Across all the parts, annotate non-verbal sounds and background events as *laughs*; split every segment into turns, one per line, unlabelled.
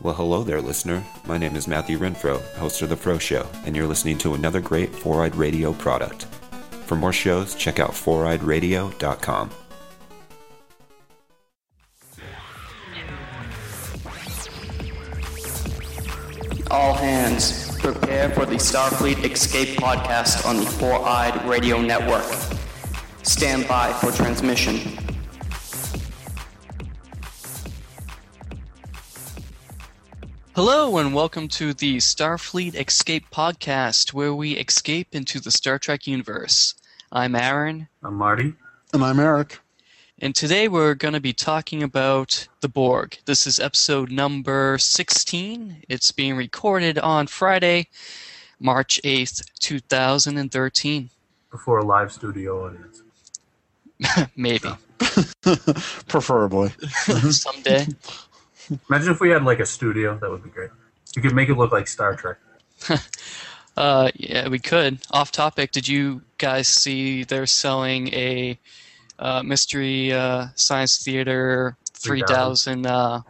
Well, hello there, listener. My name is Matthew Renfro, host of The Fro Show, and you're listening to another great Four Eyed Radio product. For more shows, check out foureyedradio.com.
All hands, prepare for the Starfleet Escape podcast on the Four Eyed Radio Network. Stand by for transmission.
Hello, and welcome to the Starfleet Escape podcast, where we escape into the Star Trek universe. I'm Aaron,
I'm Marty.
And I'm Eric.
and today we're going to be talking about the Borg. This is episode number 16. It's being recorded on Friday, March 8th, 2013.
Before a live studio audience.
Maybe
Preferably.
someday.
Imagine if we had like a studio. That would be great. You could make it look like Star Trek.
Uh, yeah, we could. Off topic, did you guys see they're selling a uh, mystery uh, science theater 3000 uh,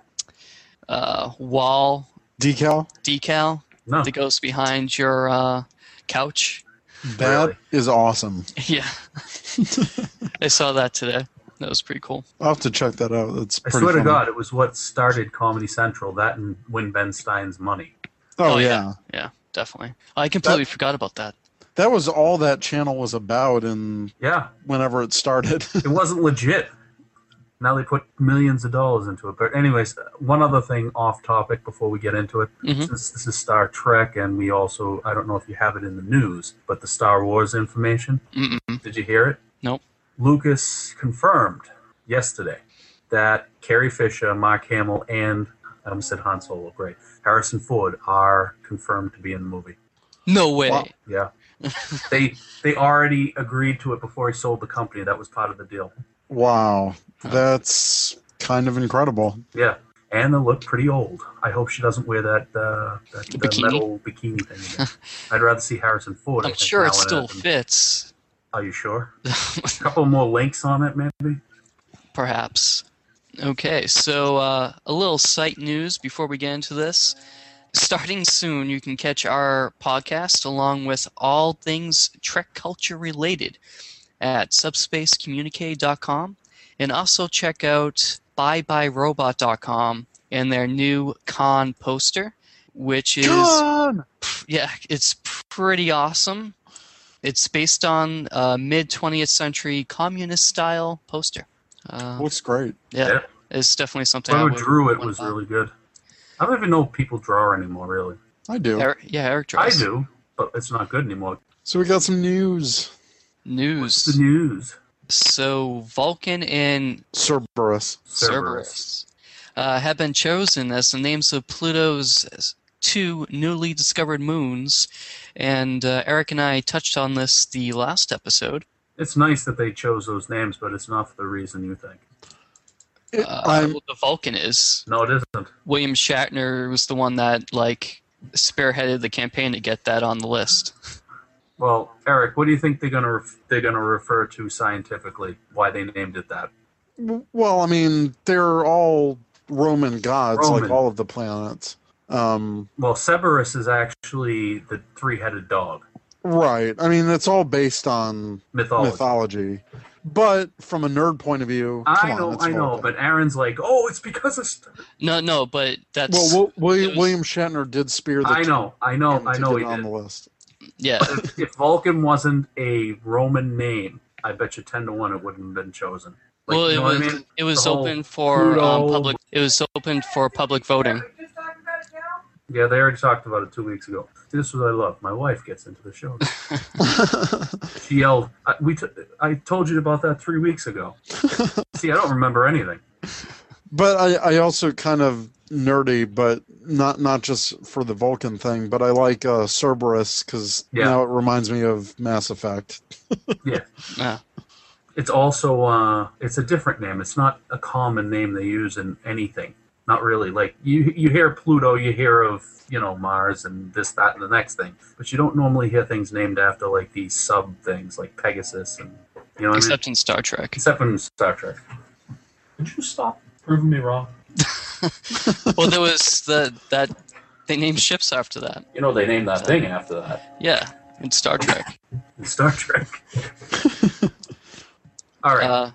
uh, wall
Decal.
decal
No,
that goes behind your uh, couch? *laughs*
That is
Really?
awesome.
yeah. I saw that today. That was pretty cool.
I'll have to check that out. That's
I
pretty
swear to
funny.
God, it was what started Comedy Central. That and Win Ben Stein's Money.
Oh,
Oh,
yeah.
yeah. Yeah, definitely. I completely forgot about that.
That was all that channel was about and
Yeah,
whenever it started. *laughs*
it wasn't legit. Now they put millions of dollars into it. But anyways, one other thing off topic before we get into it,
Mm-hmm.
Mhm.
since this is Star Trek, and we also I don't know if you have it in the news, but the Star Wars information.
Mm-mm.
Did you hear it?
Nope.
Lucas confirmed yesterday that Carrie Fisher, Mark Hamill, and I almost said Han Solo. Great, Harrison Ford are confirmed to be in the movie.
No way.
Wow.
Yeah,
*laughs*
they they already agreed to it before he sold the company. That was part of the deal.
wow. That's kind of incredible.
Yeah, and they look pretty old. I hope she doesn't wear that uh, that
The
uh,
bikini?
metal bikini thing.
*laughs*
Again. I'd rather see Harrison Ford. I
I'm
think,
sure
now in
it still
than-
fits.
Are you
*laughs*
sure? A couple more links on it, maybe.
perhaps. Okay, so uh, a little site news before we get into this. Starting soon, you can catch our podcast along with all things Trek culture related at subspacecommunique.com and also check out byebyerobot.com and their new con poster, which is
John!
yeah, it's pretty awesome. It's based on a mid 20th century communist style poster. Uh,
Looks great.
yeah,
Yeah.
it's definitely something. I
Whoever
would
drew it
wanna
was
buy.
really good. I don't even know if people draw anymore, really.
I do.
Eric, yeah, Eric
I
draws.
do, but it's not good anymore.
So we got some news.
What's the
News.
news?
So Vulcan and
Cerberus.
Cerberus uh, have been chosen as the names of Pluto's two newly discovered moons, and uh, Eric and I touched on this the last episode.
It's nice that they chose those names, but it's not for the reason you think.
It-
Uh,
I'm,
what the Vulcan is
No, it isn't.
William Shatner was the one that like spearheaded the campaign to get that on the list.
Well, Eric, what do you think they're gonna ref- they're gonna refer to scientifically? Why they named it that?
Well, I mean, they're all Roman gods,
Roman.
like all of the planets. Um,
Well, Cerberus is actually the three-headed dog
right. I mean, it's all based on
mythology.
mythology. But from a nerd point of view, come
I
on,
know,
it's
I know,
Vulcan.
but Aaron's like, oh, it's because of. St-
No, no, but that's
well, Wil- Wil-
it was-
William Shatner did spear the.
I know, I know,
team
I
to
know.
get
He
on
did.
the list.
yeah.
if, if Vulcan wasn't a Roman name, I bet you ten to one it wouldn't have been chosen. Like, you
well, it
know what I
was
mean?
it was
The whole
open for um,
Pluto-
public. It was open for public voting. uh,
Yeah, they already talked about it two weeks ago. This is what I love. My wife gets into the
*laughs*
show. she yelled, I, "We! T- I told you about that three weeks
*laughs*
ago." See, I don't remember anything.
But I, I also kind of nerdy, but not not just for the Vulcan thing. But I like uh, Cerberus because
Yeah.
now it reminds me of Mass Effect.
Uh,
It's also uh, it's a different name. It's not a common name they use in anything. Not really. Like you, you hear Pluto, you hear of you know Mars and this, that, and the next thing, but you don't normally hear things named after like these sub things like Pegasus and you know. What I mean?
except in Star Trek.
Except in Star Trek. Would you stop proving me wrong?
well, there was the that they named ships after that.
You know, they named that thing after that
Yeah, in Star Trek.
in Star Trek. All right,
Uh,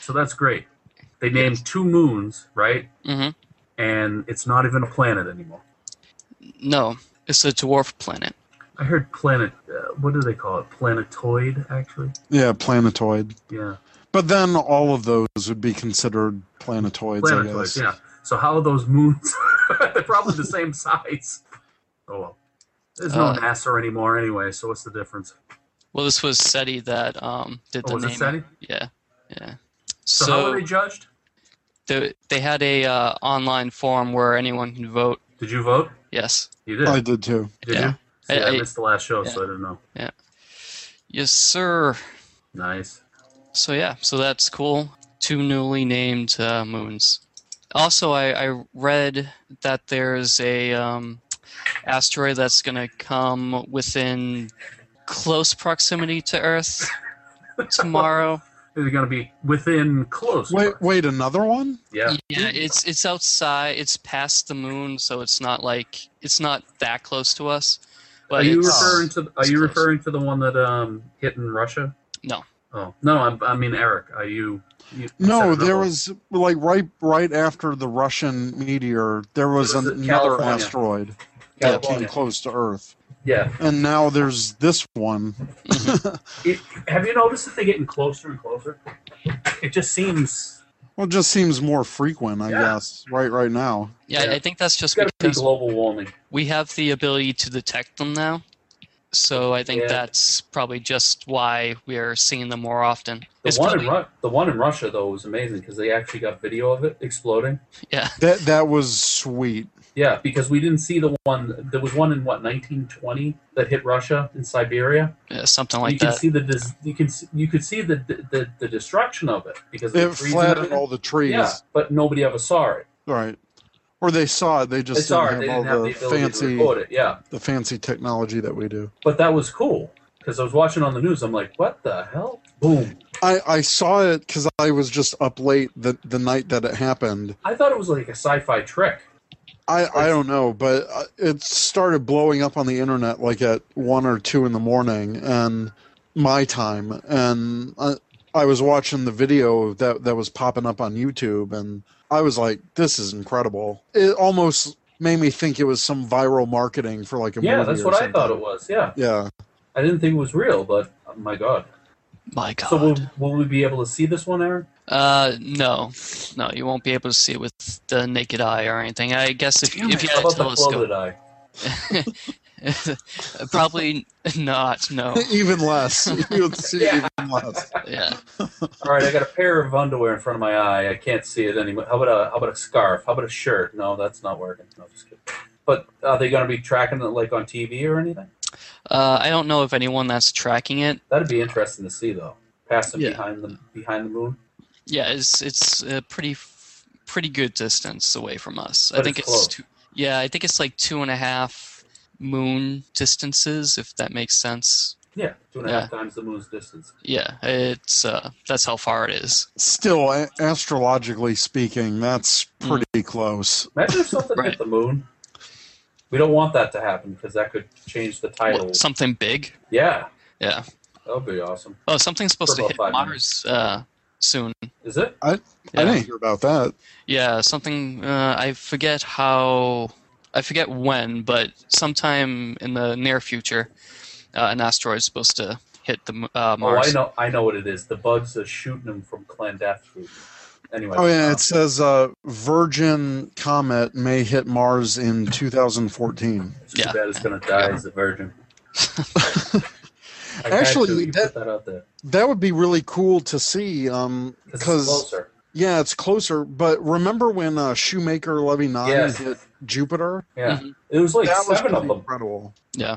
so that's great. They named two moons, right?
hmm
And it's not even a planet anymore.
No, it's a dwarf planet.
I heard planet. Uh, what do they call it? Planetoid, actually.
Yeah, planetoid.
Yeah,
But then all of those would be considered planetoids, I guess.
planetoid. Yeah. So how are those moons? *laughs* They're probably the same size. Oh well. There's no
Uh,
NASA anymore anyway, so what's the difference?
Well, this was SETI that um, did
Oh,
the
was it
naming.
SETI?
Yeah, yeah.
So,
So,
how are they judged?
they, they had a uh, online forum where anyone can vote.
Did you vote?
Yes.
You did.
I did too.
did
yeah.
you? See, I,
I- I-
missed the last show, so
yeah.
I didn't know.
Yes, sir.
Nice.
So yeah, so that's cool. Two newly named uh, moons. Also, I, I read that there's a um, asteroid that's going to come within close proximity to Earth tomorrow.
Is it going to be within close?
Wait, wait, another one?
*laughs* Yeah.
Yeah, it's it's outside. It's past the moon, so it's not like it's not that close to us. But
Are you
it's-
referring to Are
it's
you
close.
referring to the one that um hit in Russia?
No.
Oh no, I'm, I mean Eric. Are you? you said
No,
another
there
one.
was like right right after the Russian meteor, there was,
Was it
another
California?
asteroid that came
California.
close to Earth.
Yeah.
And now there's this one.
It, have you noticed that they're getting closer and closer? It just seems
Well, it just seems more frequent, I
Yeah.
guess, right right now.
Yeah, I- I think that's
it's
just
got to be
because
global warming.
we have the ability to detect them now. So I think
Yeah.
that's probably just why we're seeing them more often.
The
It's
one
probably-
in Ru- the one in Russia though was amazing because they actually got video of it exploding.
yeah,
That that was sweet.
Yeah, because we didn't see the one. There was one in what 1920 that hit Russia in Siberia.
yeah, something
you
like
can
that.
see the dis- you can see, you could see the the, the destruction of it because of
It
the trees and
flattened
everything.
all the trees.
Yeah, but nobody ever saw it.
Right. Or they saw it, they just
they saw it.
didn't
They
have
didn't have
all
the
the
ability to
fancy
record it. Yeah,
the fancy technology that we do.
but that was cool because I was watching on the news. I'm like, what the hell? Boom!
I, I saw it because I was just up late the, the night that it happened.
I thought it was like a sci-fi trick.
I, I don't know, but uh, it started blowing up on the internet like at one or two in the morning and my time. And I, I was watching the video that, that was popping up on YouTube and I was like, this is incredible. It almost made me think it was some viral marketing for like a
Yeah,
movie
that's
or
what I
something.
thought it was. Yeah,
Yeah.
I didn't think it was real, but oh my god.
My God.
So will, will we be able to see this one, Aaron?
uh, no, no, you won't be able to see it with the naked eye or anything. I guess if, if you
How
had a
about the
telescope,
floated eye?
probably *laughs* not. No.
*laughs* Even less.
*laughs*
you would see
Oh. Yeah.
even less.
Yeah.
All right, I got a pair of underwear in front of my eye. I can't see it anymore. How about a how about a scarf? How about a shirt? No, that's not working. No, just kidding. But are they going to be tracking it like on TV or anything?
Uh, I don't know if anyone that's tracking it.
That'd be interesting to see though. Passing
Yeah.
behind the behind the moon.
Yeah, it's it's a pretty f- pretty good distance away from us. I
But
think
it's
it's,
close.
two, yeah, I think it's like two and a half moon distances, if that makes sense.
Yeah, two and a half times the moon's distance.
Yeah, it's uh, that's how far it is.
Still, a- astrologically speaking, that's
Hmm.
pretty close.
Imagine if something
Right.
hit the moon. We don't want that to happen because that could change the
What,
title.
something big.
yeah,
Yeah.
that would be awesome.
Oh, something's supposed to
about
hit
five
Mars uh, soon.
Is it?
I
Yeah.
didn't hear about that.
Yeah, something. Uh, I forget how. I forget when, but sometime in the near future, uh, an asteroid's supposed to hit the mo- uh, Mars.
Oh, I know, I know what it is. The bugs are shooting them from clandestine. Anyway.
Oh yeah,
um,
it says uh, Virgin comet may hit Mars in 2014.
It's too
Yeah.
bad it's gonna die as a virgin. I
*laughs* Actually,
got you. You put
that-
that out there
That would be really cool to see. Um,
'Cause it's
because
closer.
yeah, it's closer. But remember when uh, Shoemaker Levy Nine
Yes.
hit Jupiter?
Yeah,
Mm-hmm.
it was like
that was
seven of
pretty
them.
incredible.
Yeah.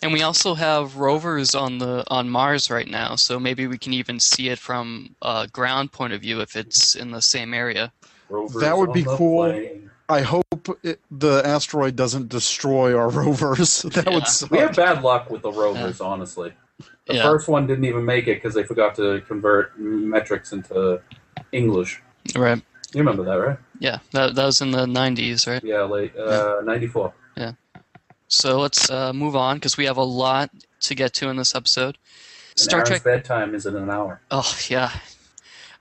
And we also have rovers on the on Mars right now, so maybe we can even see it from a ground point of view if it's in the same area.
Rovers
That would
on
be
the
cool.
plane.
I hope it, the asteroid doesn't destroy our *laughs* rovers. That
Yeah.
would suck.
We have bad luck with the rovers, honestly. The
Yeah.
first one didn't even make it because they forgot to convert metrics into English.
Right.
You remember that, right?
Yeah, that, that was in the 90s, right?
Yeah, late uh, '94.
So let's uh, move on because we have a lot to get to in this episode. Star Trek.
bedtime is in an hour.
Oh, yeah.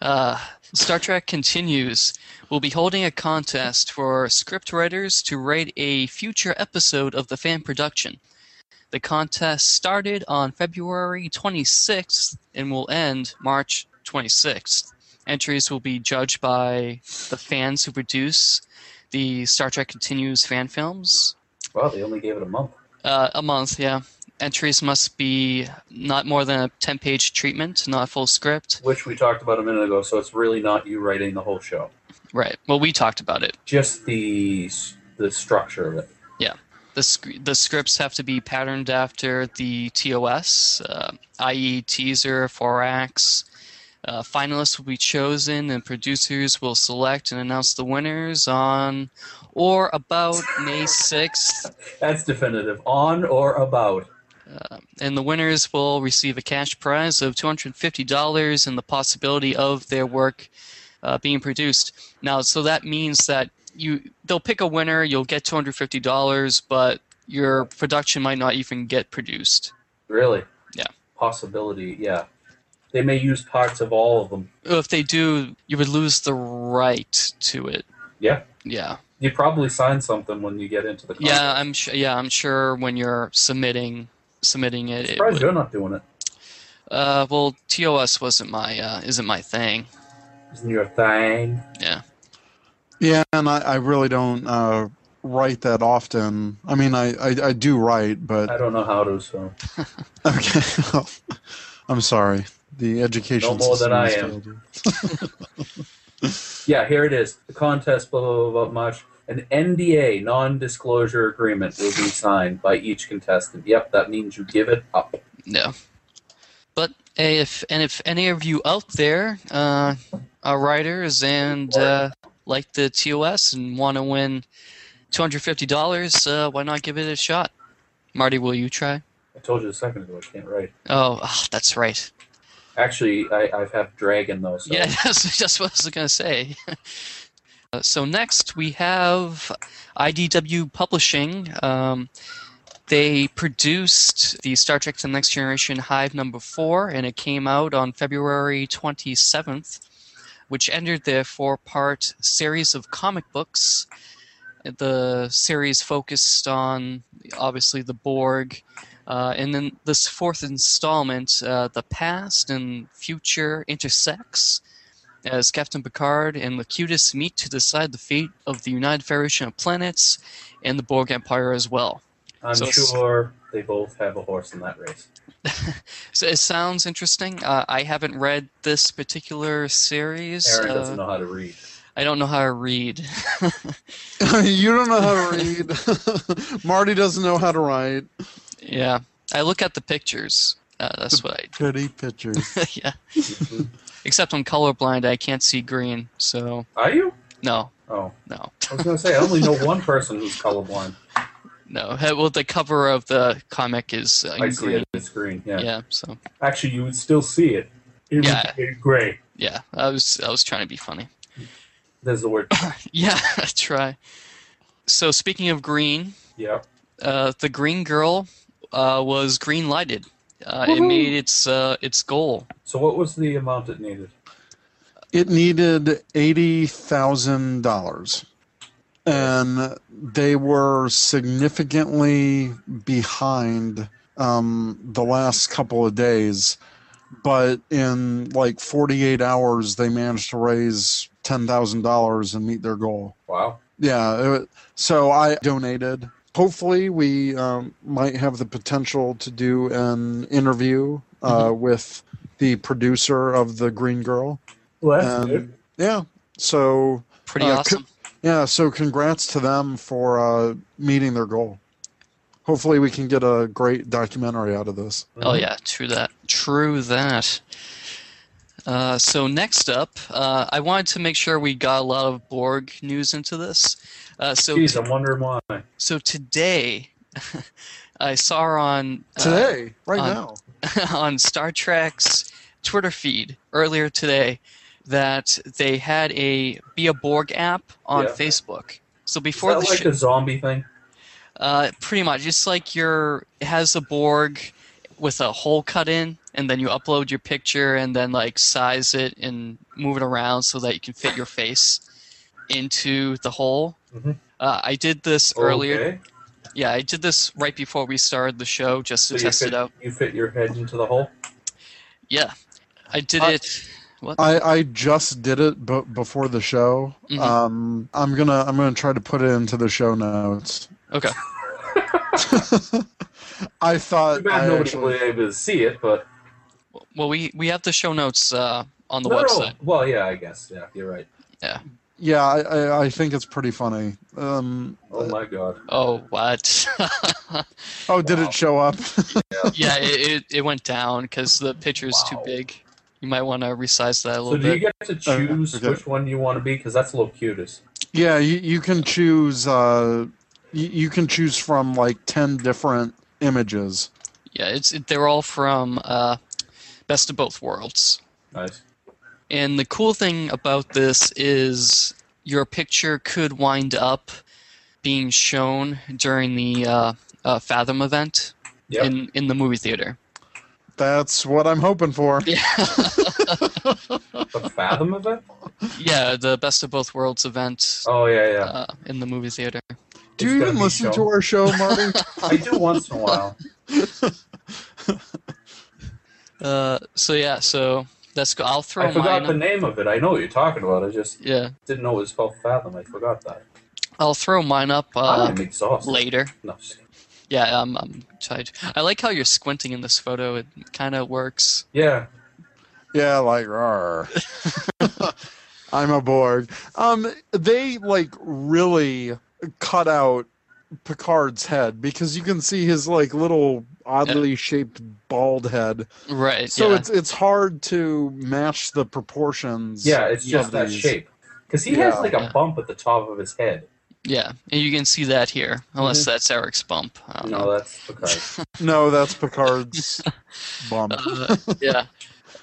Uh, Star Trek continues. We'll be holding a contest for script writers to write a future episode of the fan production. The contest started on February 26th and will end March 26th. Entries will be judged by the fans who produce the Star Trek Continues fan films,
Wow, they only gave it a month.
uh, a month, yeah. Entries must be not more than a 10 page treatment, not a full script.
which we talked about a minute ago. So it's really not you writing the whole show,
Right. Well, we talked about it.
just the the structure of it.
Yeah. The, sc- the scripts have to be patterned after the TOS, uh, i.e., teaser, forax. Uh, finalists will be chosen, and producers will select and announce the winners on or about May 6th.
That's definitive. On or about.
And the winners will receive a cash prize of $250 and the possibility of their work uh, being produced. Now, so that means that you they'll pick a winner, you'll get $250, but your production might not even get produced.
Really?
Yeah.
Possibility. Yeah. They may use parts of all of them.
If they do, you would lose the right to it.
Yeah.
Yeah.
You probably sign something when you get into the. Contract.
Yeah, I'm sure yeah, I'm sure when you're submitting submitting it, it
Surprised
would,
you're not doing it.
uh well, TOS wasn't my uh, isn't my thing.
Isn't your thing?
Yeah.
Yeah, and I, I really don't uh, write that often. I mean, I, I, I do write, but
I don't know how to. So
okay. *laughs* I'm sorry. The education
No more
system
than
has
I am.
failed you. *laughs*
yeah, here it is. The contest. Blah blah blah. blah much. An NDA, non-disclosure agreement, will be signed by each contestant. Yep, that means you give it up.
No. But hey, if and if any of you out there uh, are writers and uh, like the TOS and want to win two hundred fifty dollars, uh, why not give it a shot? Marty, will you try?
I told you a second ago I can't write.
Oh, ah, that's right.
Actually, I, I have dragon though. So
Yeah, *laughs* that's just what I was gonna say. *laughs* Uh, so next we have IDW Publishing. Um, they produced the Star Trek: The Next Generation Hive number four, and it came out on February twenty seventh, which ended their four part series of comic books. The series focused on obviously the Borg. Uh, and then this fourth installment, uh, the past and future intersects as Captain Picard and Locutus meet to decide the fate of the United Federation of Planets and the Borg Empire as well.
I'm
So it's-
sure they both have a horse in that race.
So it sounds interesting. Uh, I haven't read this particular series.
Aaron
Uh,
doesn't know how to read.
I don't know how to read. *laughs*
you don't know how to read. *laughs* Marty doesn't know how to write.
yeah, I look at the pictures. Uh, that's what I *laughs*
Pretty pictures.
do.
*laughs*
yeah. Except I'm colorblind. I can't see green. So
Are you?
no,
Oh,
no,
I was gonna say I only know one person who's colorblind.
no. Hey, Well, the cover of the comic is uh,
I
in
see
green.
it on screen. Yeah.
Yeah. So
Actually, you would still see it. It
Yeah.
would be gray.
yeah, I was I was trying to be funny. *laughs*
There's the word. *coughs*
Yeah, try. So speaking of green,
yeah.
uh, the Green Girl uh, was green lighted. Uh, it made its uh, its goal.
So what was the amount it needed?
*laughs* it needed eighty thousand dollars, and they were significantly behind um, the last couple of days. But in like forty-eight hours, they managed to raise ten thousand dollars and meet their goal.
Wow.
Yeah. it- So I donated. Hopefully, we um, might have the potential to do an interview uh,
Mm-hmm.
with the producer of the Green Girl.
Well, that's
Um,
good.
yeah. So
Pretty
Uh,
awesome.
yeah. So congrats to them for uh, meeting their goal. Hopefully, we can get a great documentary out of this.
Oh yeah, true that. True that. Uh, so next up, uh, I wanted to make sure we got a lot of Borg news into this. Uh, so
Jeez, I'm wondering why.
so today, *laughs* I saw on uh,
Today,
*laughs*
right
on-
now.
on Star Trek's Twitter feed earlier today. that they had a Be a Borg app on
Yeah.
Facebook. So
Is
before
that
the
like
sh-
the zombie thing?
uh, pretty much, it's like your it has a Borg with a hole cut in, and then you upload your picture and then like size it and move it around so that you can fit your face into the hole.
Mhm.
Uh, I did this earlier.
Okay.
Yeah, I did this right before we started the show just
So
to
you
test
fit,
it out.
You fit your head into the hole.
Yeah, I did
Uh,
I-
it. What?
I, I just did it b- before the show.
Mhm.
Um, I'm gonna I'm gonna try to put it into the show notes.
okay.
I thought
Too bad
I
nobody
actually-
will be able to see it, but
Well, we we have the show notes uh, on the
No, no.
website.
Well, yeah, I guess. Yeah, you're right.
yeah, I, I, I think it's pretty funny. Um,
Oh my god.
Oh,
*laughs*
what?
oh, did
Wow.
it show up? *laughs*
yeah, it, it, it went down because the picture is too
Wow.
big. You might want to resize that a
So
little
do you
bit.
get to choose
okay.
which one you want to be? Because that's a little cutest.
yeah, you, you can choose. Uh, you, you can choose from like ten different images.
Yeah, it's it, they're all from uh, Best of Both Worlds.
Nice.
And the cool thing about this is your picture could wind up being shown during the uh, uh, Fathom event
Yep.
in in the movie theater.
That's what I'm hoping for.
Yeah, *laughs*
The Fathom event?
yeah, the Best of Both Worlds event
Oh yeah, yeah.
uh, in the movie theater.
Do you
It's gonna
even
be
listen to
shown.
our show,
*laughs*
Marty?
I do once in a
*laughs*
while.
Uh, so yeah, so that's go- I'll throw
I forgot
mine.
the name of it. I know what you're talking about. I just
yeah,
didn't know it was called Fathom. I forgot that.
I'll throw mine up uh,
I'm exhausted.
later.
No, I'm just kidding.
Yeah, I'm, I'm tired. I like how you're squinting in this photo. It kind of works.
yeah.
Yeah, like rawr. *laughs* I'm a Borg. Um, they like really cut out Picard's head because you can see his like little oddly shaped bald head.
Right.
So
yeah.
it's it's hard to match the proportions.
Yeah, it's just
of
that
these.
shape. Because he
Yeah.
has like
Yeah.
a bump at the top of his head.
yeah, and you can see that here, unless that's Eric's bump. Um, I don't
Mm-hmm. No,
know.
that's because
No, that's Picard's bump.
Uh, yeah.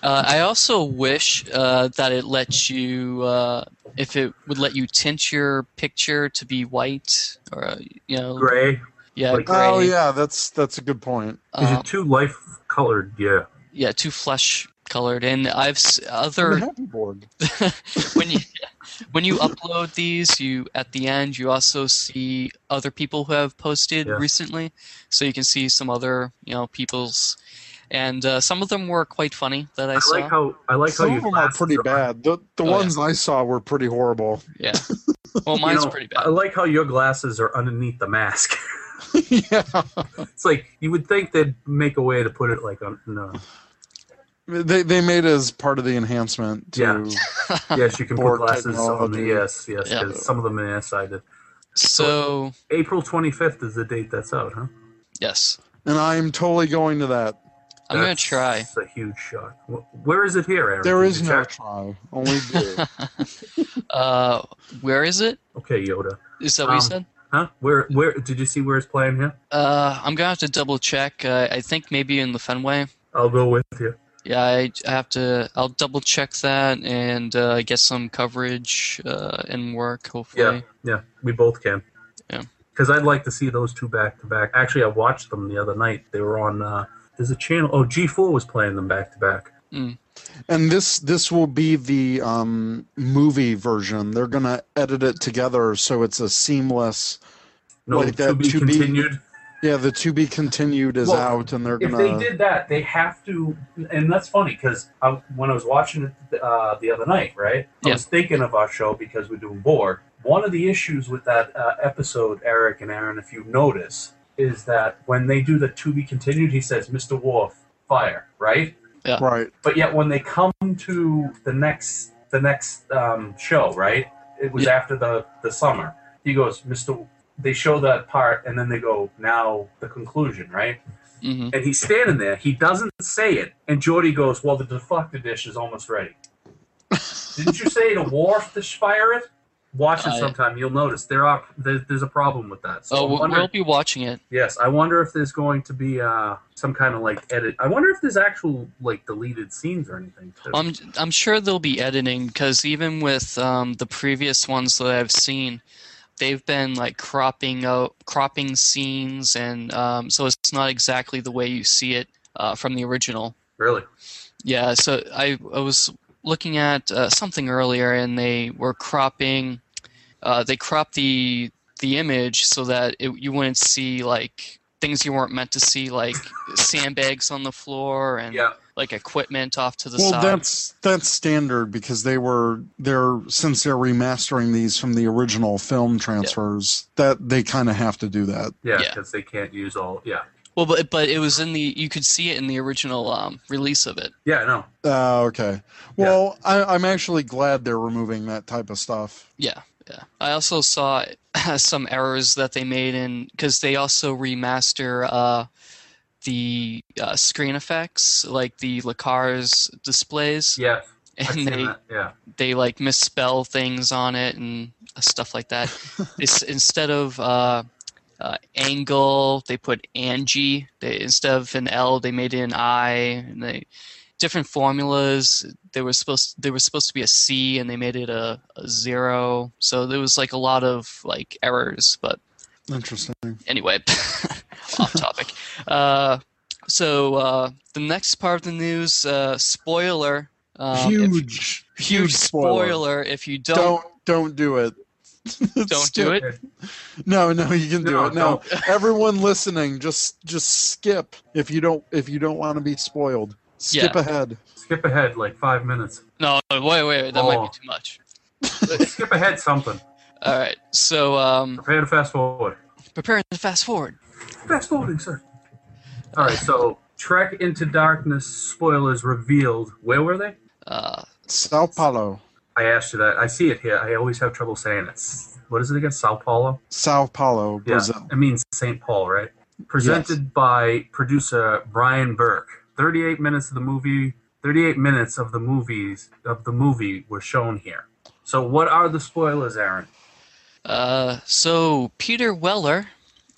Uh, I also wish uh, that it lets you, uh, if it would let you tint your picture to be white or uh, you know,
gray.
yeah,
Like-
gray.
Oh yeah, that's that's a good point.
Um,
too life colored? Yeah.
yeah, too flesh colored. And I've s-
I'm a
other
happy Borg.
when you *laughs* when you upload these, you at the end you also see other people who have posted
Yeah.
recently, so you can see some other you know people's, and uh, some of them were quite funny that I, saw.
how I like
Some of them are pretty bad. The the
Oh, yeah.
ones I saw were pretty horrible. *laughs*
yeah, well, mine's pretty bad.
like how your glasses are underneath the mask. *laughs*
yeah.
It's like you would think they'd make a way to put it like on. No.
*laughs*
They they made it as part of the enhancement to
Yes, you can
Board
put glasses on the
technology.
yes, yes.
Yeah.
'cause Some of them are sided.
So
April twenty fifth is the date that's out, huh?
yes,
and I'm totally going to that.
I'm gonna
That's
try.
A huge shock. Wh- Where is it here, Aaron?
There
Did
is
you
no
check?
try, only do.
Uh, where is it?
Okay, Yoda.
Is that what you
Um,
said?
Huh? Where? Where? Did you see where it's playing here?
Uh, I'm gonna have to double check. Uh, I think maybe in the Fenway.
I'll go with you.
Yeah, I, I have to. I'll double check that and uh, get some coverage uh, and work. Hopefully,
Yeah, yeah. We both can.
Yeah.
Because I'd like to see those two back to back. Actually, I watched them the other night. They were on. Uh, there's a channel. Oh, G4 was playing them back to back.
and this this will be the um, movie version. They're gonna edit it together so it's a seamless.
No,
Like
uh, to
that
be
to be-
continued.
Yeah, the to be continued is
Well,
out, and they're
if
gonna.
they did that, they have to, and that's funny because when I was watching it uh, the other night, right, I
Yeah.
was thinking of our show because we're doing Borg. One of the issues with that uh, episode, Eric and Aaron, if you notice, is that when they do the to be continued, he says, "Mr. Worf, fire!" Right,
Right.
but yet when they come to the next the next um, show, right, it was
Yeah.
after the the summer. He goes, "Mr." They show that part, and then they go, "Now the conclusion," right?
hmm
and he's standing there. He doesn't say it, and Jordy goes, "Well, the deflector dish is almost ready." Didn't you say to Worf to fire it? watch it
I-
sometime, you'll notice there are there, there's a problem with that. So
Uh, Oh,
I'm
we'll,
wondering-
we'll be watching it.
Yes, I wonder if there's going to be uh, some kind of like edit. I wonder if there's actual like deleted scenes or anything. Too.
I'm I'm sure they'll be editing because even with um, the previous ones that I've seen, they've been like cropping out cropping scenes, and um, so it's not exactly the way you see it uh, from the original.
really?
Yeah, so I I was looking at uh, something earlier, and they were cropping. Uh, they cropped the the image so that it, you wouldn't see like things you weren't meant to see, like sandbags on the floor and
Yeah.
like equipment off to the
well,
side.
that's that's standard because they were they're since they're remastering these from the original film transfers that they kind of have to do that.
Yeah,
Yeah.
because they can't use all. Yeah,
Well, but but it was in the you could see it in the original um, release of it.
yeah, I know.
Uh, okay. Well, I, I'm actually glad they're removing that type of stuff.
Yeah, yeah. I also saw *laughs* some errors that they made in because they also remaster uh, the uh, screen effects, like the Lacar's displays,
Yeah, I've
and
seen
they
that. Yeah,
they like misspell things on it and stuff like that. it's, instead of uh, uh, angle, they put Angie. They instead of an L, they made it an I, and they different formulas. They were supposed they were supposed to be a C, and they made it a, a zero. So there was like a lot of like errors, but
Interesting.
anyway, *laughs* off topic. Uh, so uh, the next part of the news, uh, spoiler. Um, if-
huge,
huge spoiler. if you don't,
Don't don't do it. *laughs*
don't
Skip-
do it.
No, no, you can do
No,
it. No,
*laughs*
everyone listening, just just skip if you don't if you don't want to be spoiled. Skip
Yeah.
ahead.
skip ahead like five minutes.
*laughs* No, wait, wait, wait that might
Oh.
be too much.
skip ahead something.
All right, so um,
Prepare to fast forward.
preparing to fast forward.
Fast forwarding, sir. All right, so Trek Into Darkness spoilers revealed. Where were they?
Uh, s-
Sao Paulo.
I asked you that. I see it here. I always have trouble saying it. What is it again? Sao Paulo.
Sao Paulo,
Yeah,
Brazil.
it means St. Paul, right? Presented by producer Brian Burke. 38 minutes of the movie, 38 minutes of the movies of the movie were shown here. So what are the spoilers, Aaron?
uh, so Peter Weller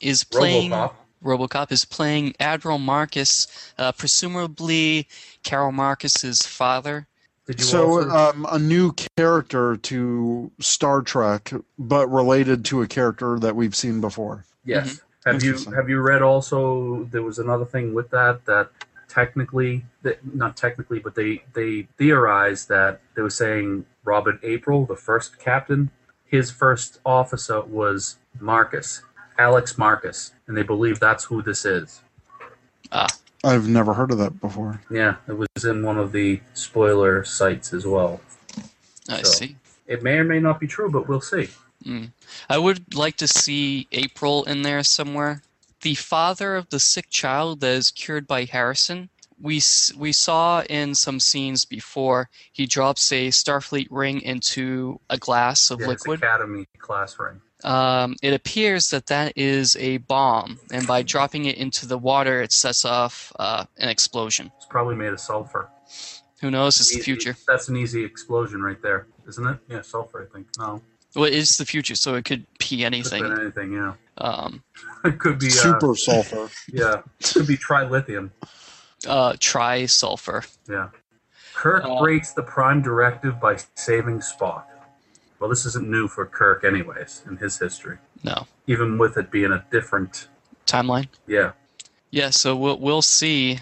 is playing
RoboCop.
RoboCop is playing Admiral Marcus, uh, presumably Carol Marcus's father.
Did you
So
also-
um, a new character to Star Trek, but related to a character that we've seen before.
yes.
Mm-hmm.
Have you
Interesting.
have you read also there was another thing with that that technically that not technically but they they theorized that they were saying Robert April, the first captain, his first officer was Marcus, Alex Marcus, and they believe that's who this is.
I've never heard of that before.
Yeah, it was in one of the spoiler sites as well.
I
So-
see.
It may or may not be true, but we'll see.
I would like to see April in there somewhere. The father of the sick child that is cured by Harrison. We s- we saw in some scenes before he drops a Starfleet ring into a glass of
Yeah, it's
liquid.
Academy class ring.
Um, it appears that that is a bomb, and by dropping it into the water, it sets off uh, an explosion.
It's probably made of sulfur.
Who knows? It's the
Easy-
future.
That's an easy explosion right there, isn't it? Yeah, sulfur. I think no,
Well, it's the future, so it could be
could have
anything.
been anything. Yeah, *laughs*
Um,
it could be uh,
Super sulfur.
Yeah, it could be trilithium.
uh, trisulfur.
Yeah, Kirk
Uh,
breaks the Prime Directive by saving Spock. Well, this isn't new for Kirk, anyways, in his history.
No
Even with it being a different,
timeline.
yeah,
Yeah, so we'll we'll see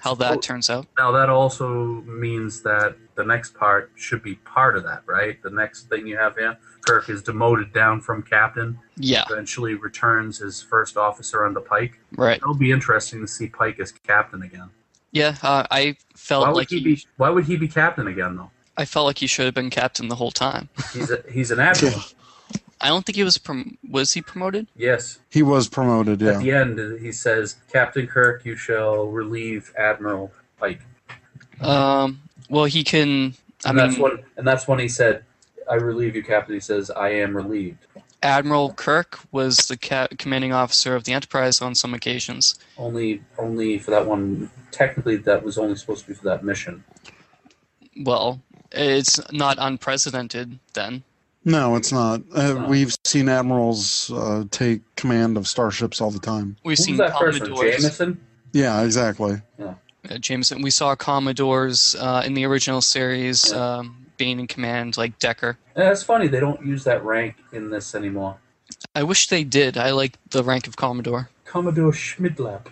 how that
Oh.
turns out.
Now that also means that the next part should be part of that, right? The next thing you have here, Kirk is demoted down from captain,
Yeah,
eventually returns as first officer under Pike.
right.
It'll be interesting to see Pike as captain again.
Yeah, uh, I
Why
felt
would
like
he
he,
be? Why would he be captain again though?
I felt like he should have been captain the whole time.
He's a, he's an admiral.
I don't think he was prom- was he promoted?
Yes.
He was promoted,
At
yeah.
the end, he says, "Captain Kirk, you shall relieve Admiral Pike."
Um, well, he can. I
And that's
mean,
when and that's when he said, "I relieve you, Captain." He says, "I am relieved."
Admiral Kirk was the ca- commanding officer of the Enterprise on some occasions.
Only, only for that one. Technically, that was only supposed to be for that mission.
Well, it's not unprecedented then.
No, it's not. Uh, we've seen admirals uh, take command of starships all the time.
We've
Who's
seen
that person?
Commodores.
Jameson?
Yeah, exactly.
uh, Jameson. We saw Commodores uh, in the original series, um, being in command, like Decker.
Yeah, it's funny they don't use that rank in this anymore.
I wish they did. I like the rank of Commodore.
Commodore Schmidlap.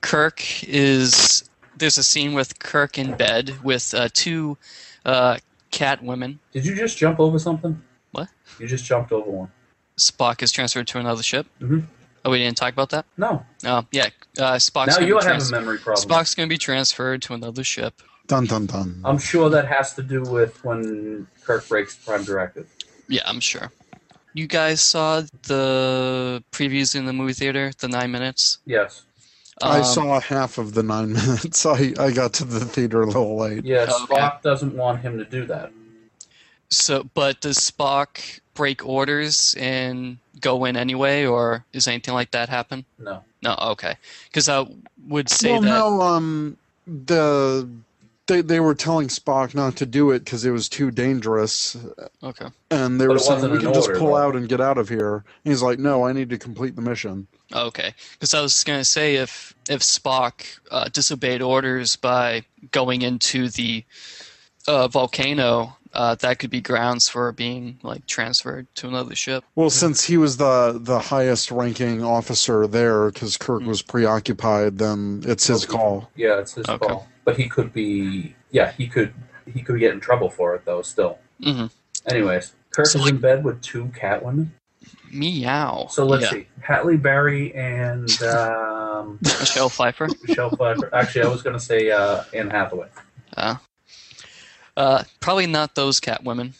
Kirk is there's a scene with Kirk in bed with uh, two uh, cat women.
Did you just jump over something?
What?
You just jumped over one.
Spock is transferred to another ship.
Mhm.
Oh, we didn't talk about that.
No.
Oh, yeah. Uh, Spock's
now
gonna
you have
be trans-
a memory problem.
Spock's going to be transferred to another ship.
Dun dun dun.
I'm sure that has to do with when Kirk breaks Prime Directive.
Yeah, I'm sure. You guys saw the previews in the movie theater, the nine minutes.
Yes.
I
Um,
saw half of the nine *laughs* minutes. I, I got to the theater a little late.
Yeah,
Oh, okay.
Spock doesn't want him to do that.
So, but does Spock break orders and go in anyway, or is anything like that happen?
No.
No, okay. Because I would say
well,
that.
no, um, the they they were telling Spock not to do it because it was too dangerous,
Okay.
and they
But
were
it
saying
wasn't
we
an
can just
order,
pull
though.
out and get out of here. And he's like, no, I need to complete the mission.
Okay, because I was gonna say if if Spock uh, disobeyed orders by going into the uh, volcano, uh, that could be grounds for being like transferred to another ship.
Well, since he was the the highest ranking officer there, because
Hmm.
Kirk was preoccupied, then it's his call.
Yeah, it's his
Okay.
call. But he could be. Yeah, he could. He could get in trouble for it though. Still.
hmm
Anyways, Kirk
So,
is in bed with two cat women.
Meow.
So let's
Yeah.
see, Hatley Berry
*laughs*
and um,
Michelle Pfeiffer.
Michelle Pfeiffer. Actually, I was going to say uh, Anne Hathaway.
Uh, uh, probably not those cat women.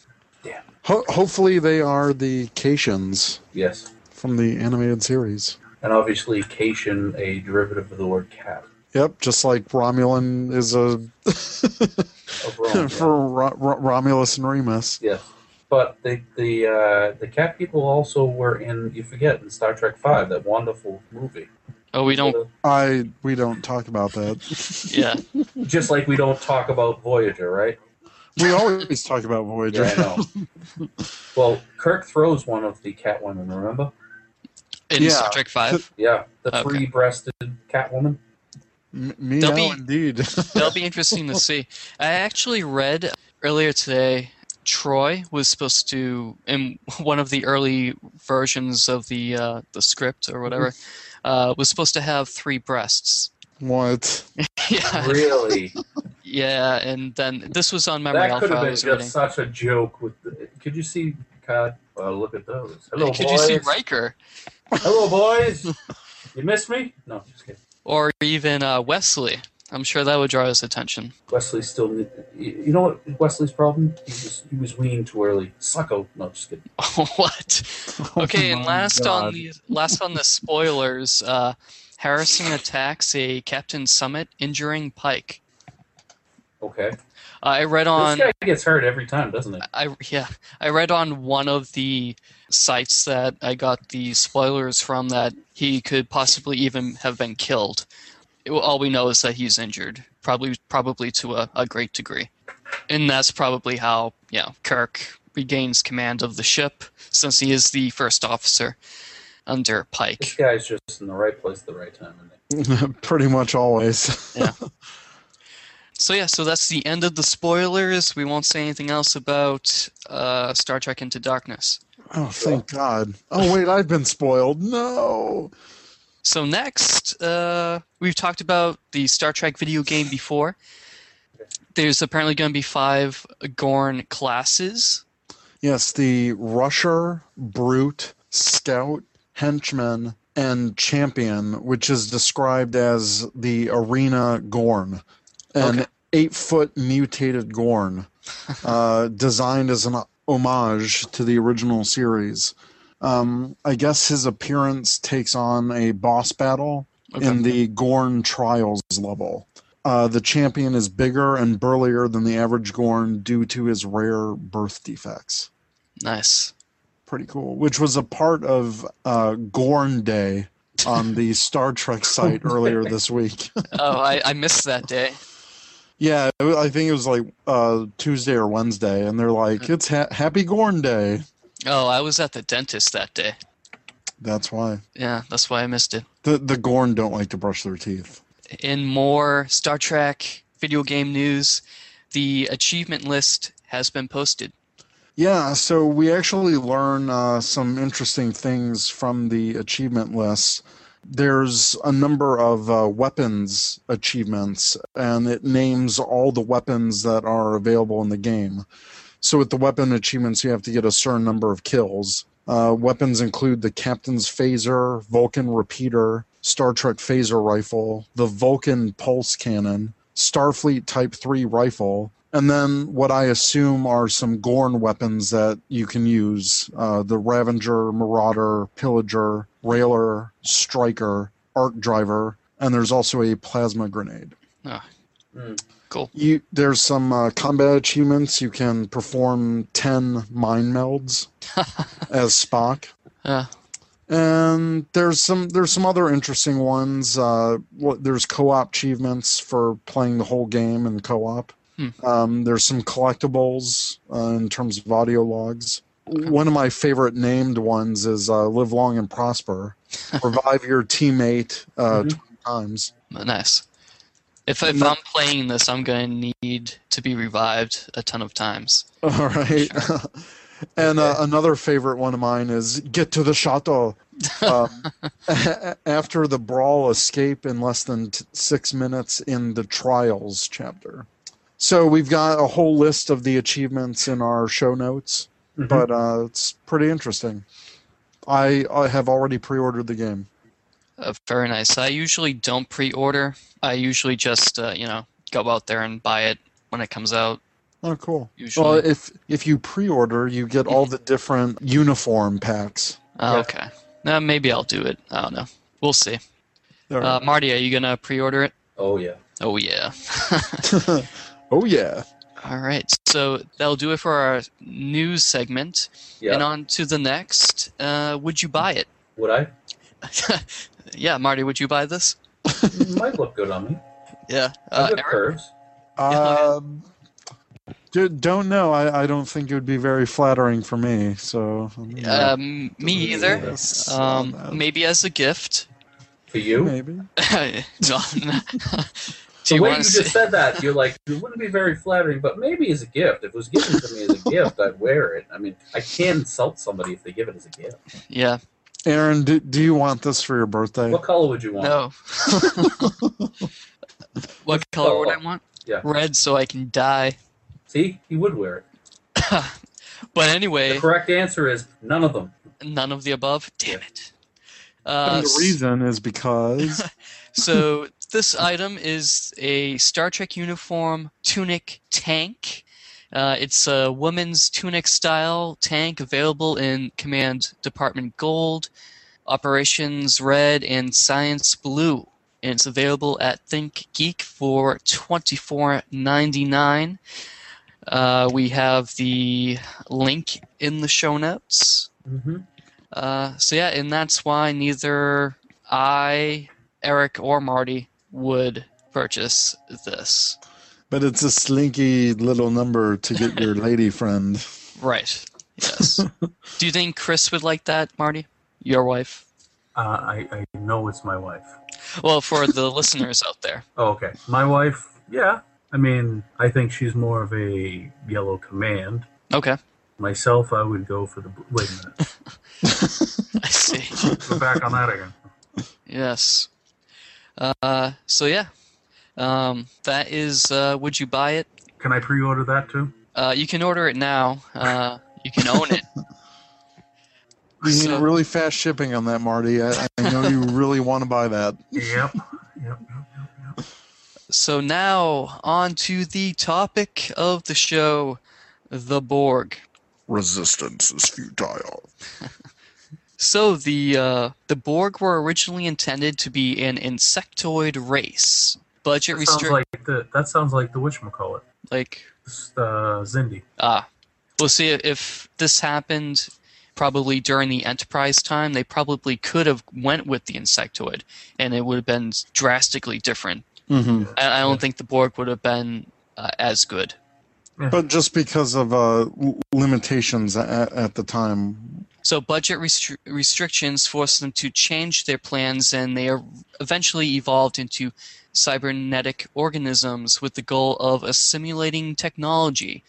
Ho- hopefully, they are the Cations
Yes,
from the animated series.
and obviously Cation, a derivative of the word cat.
Yep, just like Romulan is a
Of
*laughs*
Rome, yeah.
for Ro- Ro- Romulus and Remus.
Yes, but the the uh, the cat people also were in. You forget in Star Trek Five, that wonderful movie.
Oh,
*laughs*
we don't.
I we don't talk about that.
Yeah.
Just like we don't talk about Voyager, right?
We always talk about Voyager.
Yeah, I know.
*laughs*
well, Kirk throws one of the cat women. Remember?
In
Yeah.
Star Trek Five,
Yeah, the
Okay.
three-breasted cat
*laughs*
woman.
*laughs* M- meow,
They'll be-
indeed.
that'll be interesting to see. I actually read earlier today. Troy was supposed to, in one of the early versions of the uh, the script or whatever, uh, was supposed to have three breasts.
*laughs*
*laughs*
what? *laughs*
yeah,
Really?
yeah, and then this was on Memory
that could
Alpha.
have
I
been
was
just
reading.
such a joke. With the, could you see? God, well, look at those. Hello,
Could you
boys.
see Riker
Hello, boys. you miss me? No, just kidding.
or even uh, Wesley? I'm sure that would draw his attention.
Wesley still. need- You you know what Wesley's problem? He was he was weaned too early. Sucko. No, just kidding.
*laughs* what? Okay, and
my
last on
God.
the last on the spoilers, uh, Harrison attacks a Captain Summit, injuring Pike. Uh,
Okay.
I read on
this guy gets hurt every time, doesn't he?
I yeah, I read on one of the sites that I got the spoilers from that he could possibly even have been killed. It- all we know is that he's injured, probably probably to a, a great degree, and that's probably how yeah Kirk regains command of the ship since he is the first officer under
This
Pike.
guy's just in the right place at the right time. Isn't he?
Pretty much always. *laughs*
So yeah, so that's the end of the spoilers. We won't say anything else about uh, Star Trek Into Darkness.
Oh, thank God. Oh wait, I've been spoiled. No.
So next, uh, we've talked about the Star Trek video game before. There's apparently going to be five Gorn classes.
Yes, the Rusher, Brute, Scout, Henchman, and Champion, which is described as the Arena Gorn, an
Okay.
eight foot mutated Gorn, uh, *laughs* designed as an homage to the original series. Um, I guess his appearance takes on a boss battle
Okay.
in the Gorn Trials level. Uh, the champion is bigger and burlier than the average Gorn due to his rare birth defects
Nice.
pretty cool, which was a part of uh, Gorn Day on the Star Trek site earlier this week. *laughs*
Oh, I, I missed that day.
Yeah, it wa- I think it was like uh, Tuesday or Wednesday, and they're like, "It's ha- Happy Gorn Day."
Oh, I was at the dentist that day.
That's why
Yeah, that's why I missed it.
the the Gorn don't like to brush their teeth.
In more Star Trek video game news, the achievement list has been posted.
Yeah, so we actually learn uh, some interesting things from the achievement list. There's a number of uh, weapons achievements, and it names all the weapons that are available in the game. So, with the weapon achievements, you have to get a certain number of kills. Uh, weapons include the Captain's Phaser, Vulcan Repeater, Star Trek Phaser Rifle, the Vulcan Pulse Cannon, Starfleet Type 3 Rifle, and then what I assume are some Gorn weapons that you can use uh, the Ravager, Marauder, Pillager, Railer, Striker, Arc Driver, and there's also a plasma grenade
Oh,
Mm.
cool.
you there's some uh, combat achievements you can perform 10 mind melds as spock
Uh,
and there's some there's some other interesting ones uh what there's co-op achievements for playing the whole game in co-op um, there's some collectibles uh, in terms of audio logs one of my favorite named ones is uh, live long and prosper revive your teammate uh, 20 times
nice. If, if I'm playing this, I'm going to need to be revived a ton of times.
*laughs* All right. and uh, another favorite one of mine is get to the chateau. Um, a- after the brawl, escape in less than t- six minutes in the trials chapter. So we've got a whole list of the achievements in our show notes, but uh, it's pretty interesting. I, I have already pre-ordered the game.
Uh, very nice. I usually don't pre-order. I usually just, uh, you know, go out there and buy it when it comes out.
Oh, cool.
Usually-
Well, if if you pre-order, you get all the different uniform packs.
Uh,
Yeah.
Okay. Now maybe I'll do it. I don't know. We'll see.
There.
Uh, Marty, are you gonna pre-order it?
Oh yeah.
Oh yeah.
oh yeah.
All right. So that'll do it for our news segment.
Yeah.
And on to the next. Uh, would you buy it? *laughs*
Would I?
yeah, Marty, would you buy this?
Might look good on me.
Yeah.
I
Uh,
got
Eric?
curves.
*laughs* Um, d- don't know. I, I don't think it would be very flattering for me. So um,
Um, me either.
yes,
Um,
uh,
maybe as a gift. *laughs*
For
Um,
you.
maybe.
No, no.
*laughs* The way
Do you
you
want to
just
see?
said that, you're like, it wouldn't be very flattering, but maybe as a gift. If it was given to me
*laughs*
as a gift, I'd wear it. I mean, I can't insult somebody if they give it as a gift.
Yeah.
Aaron, do, do you want this for your birthday?
What color would you want?
No. *laughs* what color would I want?
Yeah.
Red, so I can die.
See, he would wear it.
But
The
anyway,
correct answer is none of them.
none of the above. Damn it. Uh,
And the reason
*laughs*
is because
so this item is a Star Trek uniform tunic tank. Uh, it's a woman's tunic style tank available in Command Department Gold, Operations Red, and Science Blue. And it's available at Think Geek for twenty four ninety nine. Uh, we have the link in the show notes.
Mm-hmm.
Uh, so yeah, and that's why neither I, Eric, or Marty would purchase this.
but it's a slinky little number to
*laughs*
get your lady friend.
Right. Yes. Do you think Chris would like that, Marty? Your wife?
Uh, I, I know it's my wife.
Well, for the listeners out there.
Oh, okay. My wife, yeah. I mean, I think she's more of a yellow command.
Okay.
Myself, I would go for the. bl- Wait a minute.
I see.
Go back on that again.
Yes. Uh, so yeah. Um, that is uh, would you buy it?
Can I pre order that too?
Uh, you can order it now. Uh, you can own it.
You need
So-
really fast shipping on that, Marty. I, I know *laughs* you really want to buy that.
Yep. Yep.
So now on to the topic of the show, the Borg.
Resistance is futile.
So the uh, the Borg were originally intended to be an insectoid race. Budget
That sounds
restrict like,
like the, that sounds like the whatchamacallit. It's, Uh, Zindi.
ah, we'll see if this happened. Probably during the Enterprise time, they probably could have went with the insectoid, and it would have been drastically different.
hmm
I, I don't think the Borg would have been uh, as good.
But just because of uh, l- limitations at, at the time.
So budget restri- restrictions forced them to change their plans, and they are eventually evolved into cybernetic organisms with the goal of assimilating technology.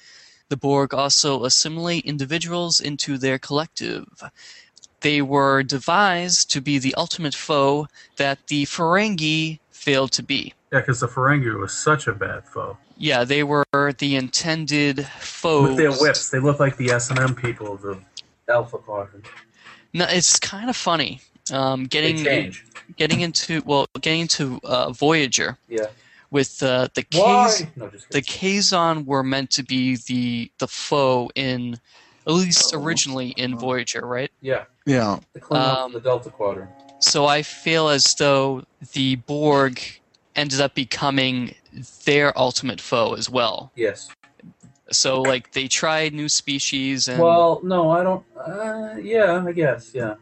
The Borg also assimilate individuals into their collective. They were devised to be the ultimate foe that the Ferengi failed to be.
Yeah, because the Ferengi was such a bad foe.
Yeah, they were the intended foes.
With their whips, they look like the S and M people of the Alpha Quadrant.
No, it's kind of funny. Um,
They
getting
change.
getting into well, getting into uh, Voyager
Yeah.
with uh, the K's.
Why? No, just
The
kidding.
Kazon were meant to be the the foe in, at least
Oh.
originally in Voyager, right?
yeah.
Yeah.
The Klingons
Um,
of the Delta Quadrant.
So I feel as though the Borg ended up becoming their ultimate foe as well.
Yes.
So like they tried new species and
Well, no, I don't. Uh, yeah, I guess. Yeah.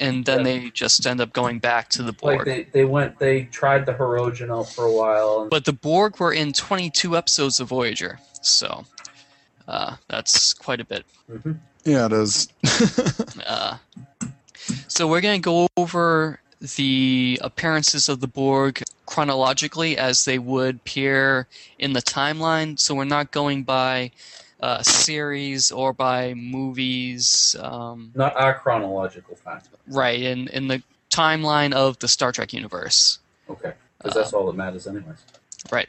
and then they just end up going back to the
Like
Borg.
they, they went, they tried the Hirogen out for a while. And,
but the Borg were in 22 episodes of Voyager, so uh, that's quite a bit.
Mhm.
Yeah, it is.
Uh, so we're going to go over the appearances of the Borg chronologically as they would appear in the timeline. So we're not going by uh, series or by movies, um,
Not our chronological time.
right? In in the timeline of the Star Trek universe.
Okay. Because
Uh.
that's all that matters, anyways.
Right.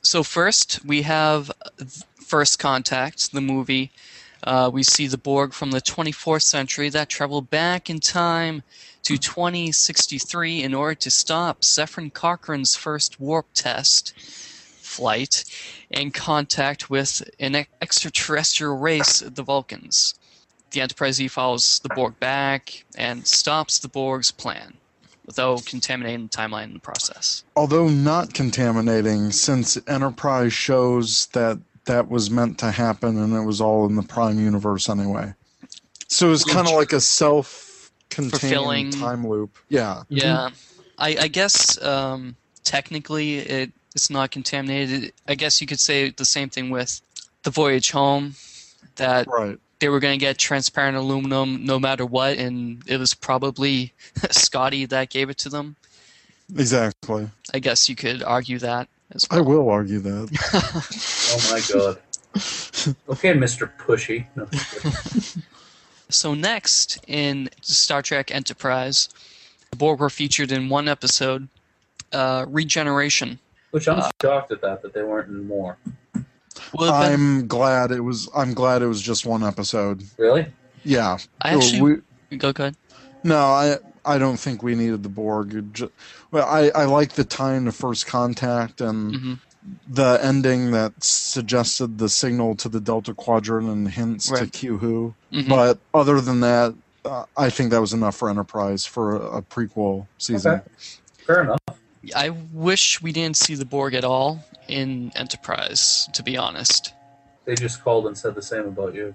So first we have uh, First Contact, the movie. Uh, we see the Borg from the 24th century that traveled back in time to 2063 in order to stop Zephyrin Cochrane's first warp test flight and contact with an e- extraterrestrial race, the Vulcans. The Enterprise E follows the Borg back and stops the Borg's plan, though contaminating the timeline in the process.
Although not contaminating, since Enterprise shows that that was meant to happen and it was all in the Prime Universe anyway. So it's kind of like a self
Fulfilling.
contained time loop. Yeah.
Yeah, I, I guess um, technically it it's not contaminated. I guess you could say the same thing with the voyage home, that
Right.
they were going to get transparent aluminum no matter what, and it was probably *laughs* Scotty that gave it to them.
Exactly.
I guess you could argue that as
I
well.
will argue that.
Oh my
*laughs*
god. okay, Mr. Pushy. No,
So next in Star Trek Enterprise, the Borg were featured in one episode, uh, Regeneration.
which
Uh.
I'm shocked at that, that they weren't in more.
Well, it been-
I'm glad it was. I'm glad it was just one episode.
Really?
Yeah.
I
Well,
actually go go ahead.
No, I I don't think we needed the Borg. It ju- Well, I I like the time to first contact and
Mhm.
the ending that suggested the signal to the Delta Quadrant and hints to
Right.
Q-Who.
Mhm.
But other than that, uh, I think that was enough for Enterprise for a, a prequel season.
Okay. Fair enough.
I wish we didn't see the Borg at all in Enterprise, to be honest.
They just called and said the same about you.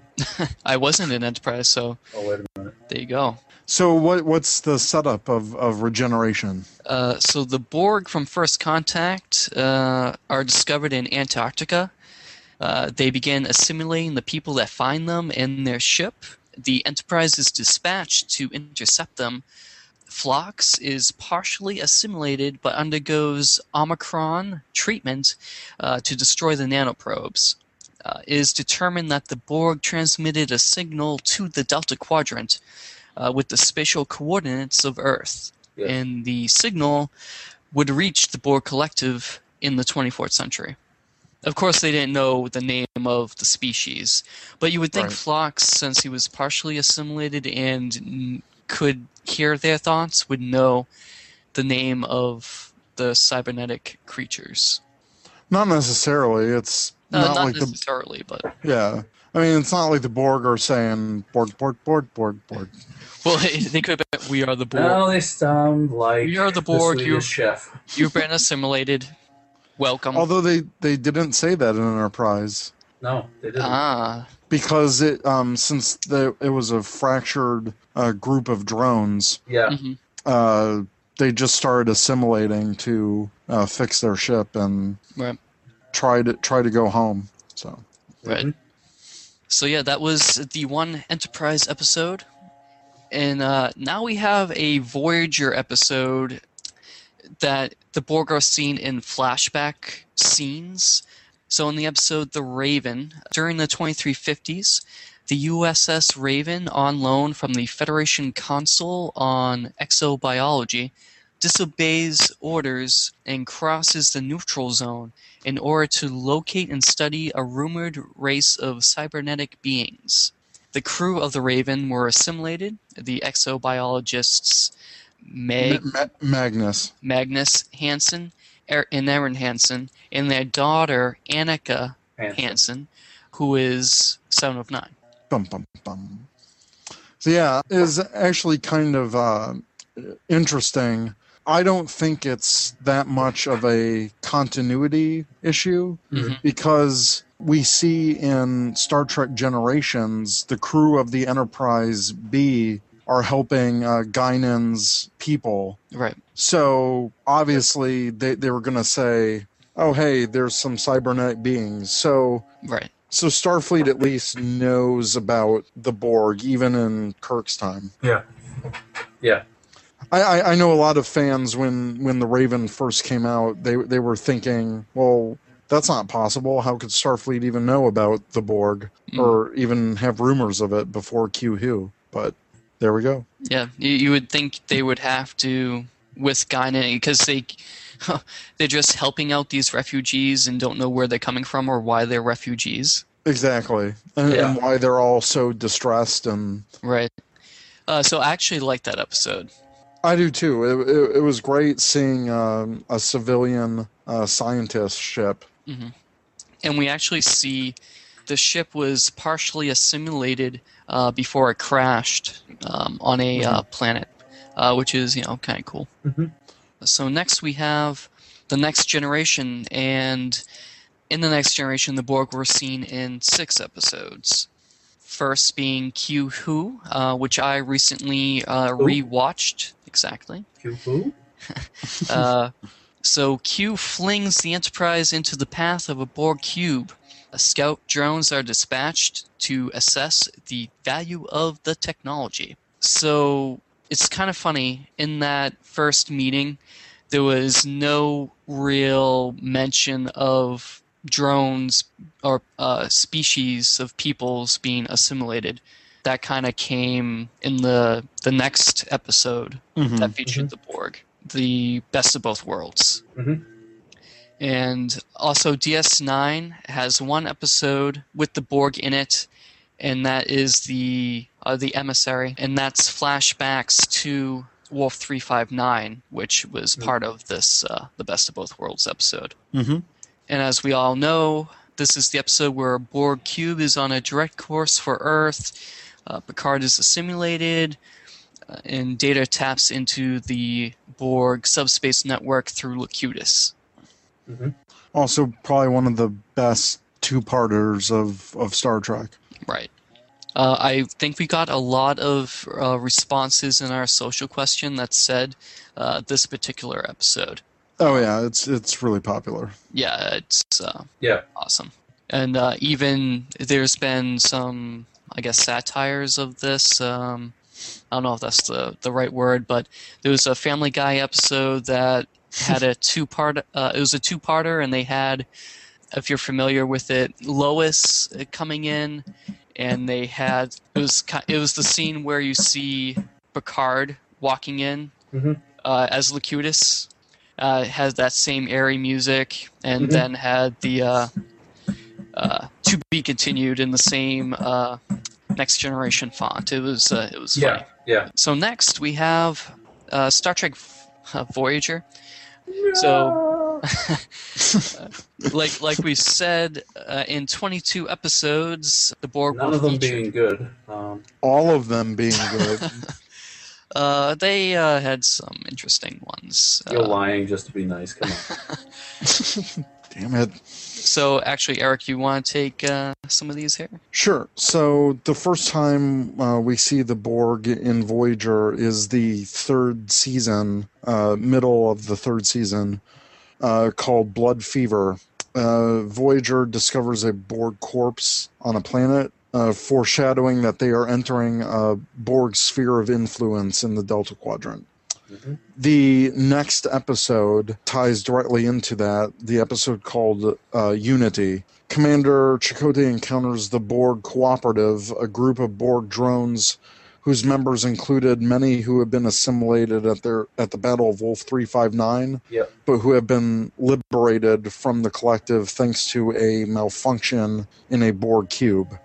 I wasn't in Enterprise, so
Oh, wait a minute.
there you go.
So what what's the setup of of regeneration?
Uh, so the Borg from First Contact uh, are discovered in Antarctica. Uh, they begin assimilating the people that find them in their ship. The Enterprise is dispatched to intercept them. Phlox is partially assimilated but undergoes Omicron treatment uh, to destroy the nanoprobes. Uh, it is determined that the Borg transmitted a signal to the Delta Quadrant uh, with the spatial coordinates of Earth
Yeah.
and the signal would reach the Boer collective in the 24th century. Of course, they didn't know the name of the species, but you would think
Right.
Phlox, since he was partially assimilated and n- could hear their thoughts, would know the name of the cybernetic creatures.
Not necessarily. It's
No,
not,
Uh, not,
like the
necessarily, but
yeah. I mean, it's not like the Borg are saying Borg, Borg, Borg, Borg, Borg.
well, *laughs* they could have been, we are the Borg.
Now they sound like
We are the
the
Borg,
Swedish
you-
chef.
You've been assimilated. Welcome.
Although they they didn't say that in Enterprise
No, they didn't.
ah,
because it um since the, it was a fractured uh, group of drones,
yeah.
mhm.
uh, they just started assimilating to uh, fix their ship and
Right.
try to try to go home. So
Right. So yeah, that was the one Enterprise episode, and uh, now we have a Voyager episode that the Borg are seen in flashback scenes. So in the episode The Raven, during the 2350s, the USS Raven, on loan from the Federation Consul on Exobiology, disobeys orders and crosses the neutral zone in order to locate and study a rumored race of cybernetic beings. The crew of the Raven were assimilated. The exobiologists Meg,
Ma- Ma- Magnus,
Magnus Hansen, er- and Erin Hansen, and their daughter Annika
Hansen.
Hansen, who is seven of nine.
bum bum bum. So yeah, is actually kind of uh, interesting. I don't think it's that much of a continuity issue
Mhm.
because we see in Star Trek Generations the crew of the Enterprise B are helping uh, Guinan's people
Right.
So obviously they, they were gonna say, Oh hey, there's some cybernetic beings. So
Right.
so Starfleet at least knows about the Borg, even in Kirk's time.
Yeah. Yeah.
I, I, I know a lot of fans when when the Raven first came out, they they were thinking, Well, that's not possible. How could Starfleet even know about the Borg or even have rumors of it before Q Who? But there we go.
Yeah. You, you would think they would have to with Guinan because they *laughs* they're just helping out these refugees and don't know where they're coming from or why they're refugees.
Exactly. And,
Yeah.
and why they're all so distressed and
Right. Uh, so I actually like that episode.
I do too. It, it, it was great seeing um, a civilian uh, scientist ship.
and we actually see the ship was partially assimilated uh, before it crashed um, on a uh, planet, uh, which is you know kind of cool. So next we have the next generation, and in the next generation, the Borg were seen in six episodes. First being Q Who, uh, which I recently uh, rewatched exactly.
Q-Who?
Uh, so Q flings the Enterprise into the path of a Borg cube. A scout drones are dispatched to assess the value of the technology. So it's kind of funny in that first meeting, there was no real mention of drones or uh, species of peoples being assimilated. That kind of came in the the next episode that featured the Borg, the best of both worlds.
Mhm.
And also, DS9 has one episode with the Borg in it, and that is the uh, the emissary, and that's flashbacks to Wolf 359, which was part of this uh, the best of both worlds episode.
Mm-hmm.
And as we all know, this is the episode where Borg Cube is on a direct course for Earth. Uh, Picard is assimilated, uh, and Data taps into the Borg subspace network through Locutus.
Also, probably one of the best two-parters of, of Star Trek.
Right. Uh, I think we got a lot of uh, responses in our social question that said uh, this particular episode.
Oh yeah, it's it's really popular.
Yeah, it's uh,
Yeah.
awesome. And uh, even there's been some, I guess, satires of this. Um, I don't know if that's the, the right word, but there was a Family Guy episode that had a two part. Uh, it was a two parter, and they had, if you're familiar with it, Lois uh, coming in, and they had it was ki- it was the scene where you see Picard walking in
Mhm.
uh, as Locutus. Uh, it has that same airy music, and then had the uh, uh, to be continued in the same uh, next generation font. It was uh, it was funny.
Yeah. Yeah.
So next we have uh, Star Trek uh, Voyager. So, *laughs* uh, like like we said, uh, in 22 episodes, the Borg
None
were
of them
featured.
being good. Um,
All of them being good.
Uh, they uh, had some interesting ones.
you're
Uh,
lying just to be nice. Come on.
*laughs*
Damn it.
so actually, Eric, you want to take uh, some of these here?
Sure. So the first time uh, we see the Borg in Voyager is the third season, uh, middle of the third season, uh, called Blood Fever. Uh, Voyager discovers a Borg corpse on a planet, uh, foreshadowing that they are entering a Borg sphere of influence in the Delta Quadrant.
Mhm.
The next episode ties directly into that. The episode called uh, Unity. Commander Chakotay encounters the Borg Cooperative, a group of Borg drones whose members included many who had been assimilated at their at the Battle of Wolf 359,
Yep.
but who have been liberated from the collective thanks to a malfunction in a Borg cube.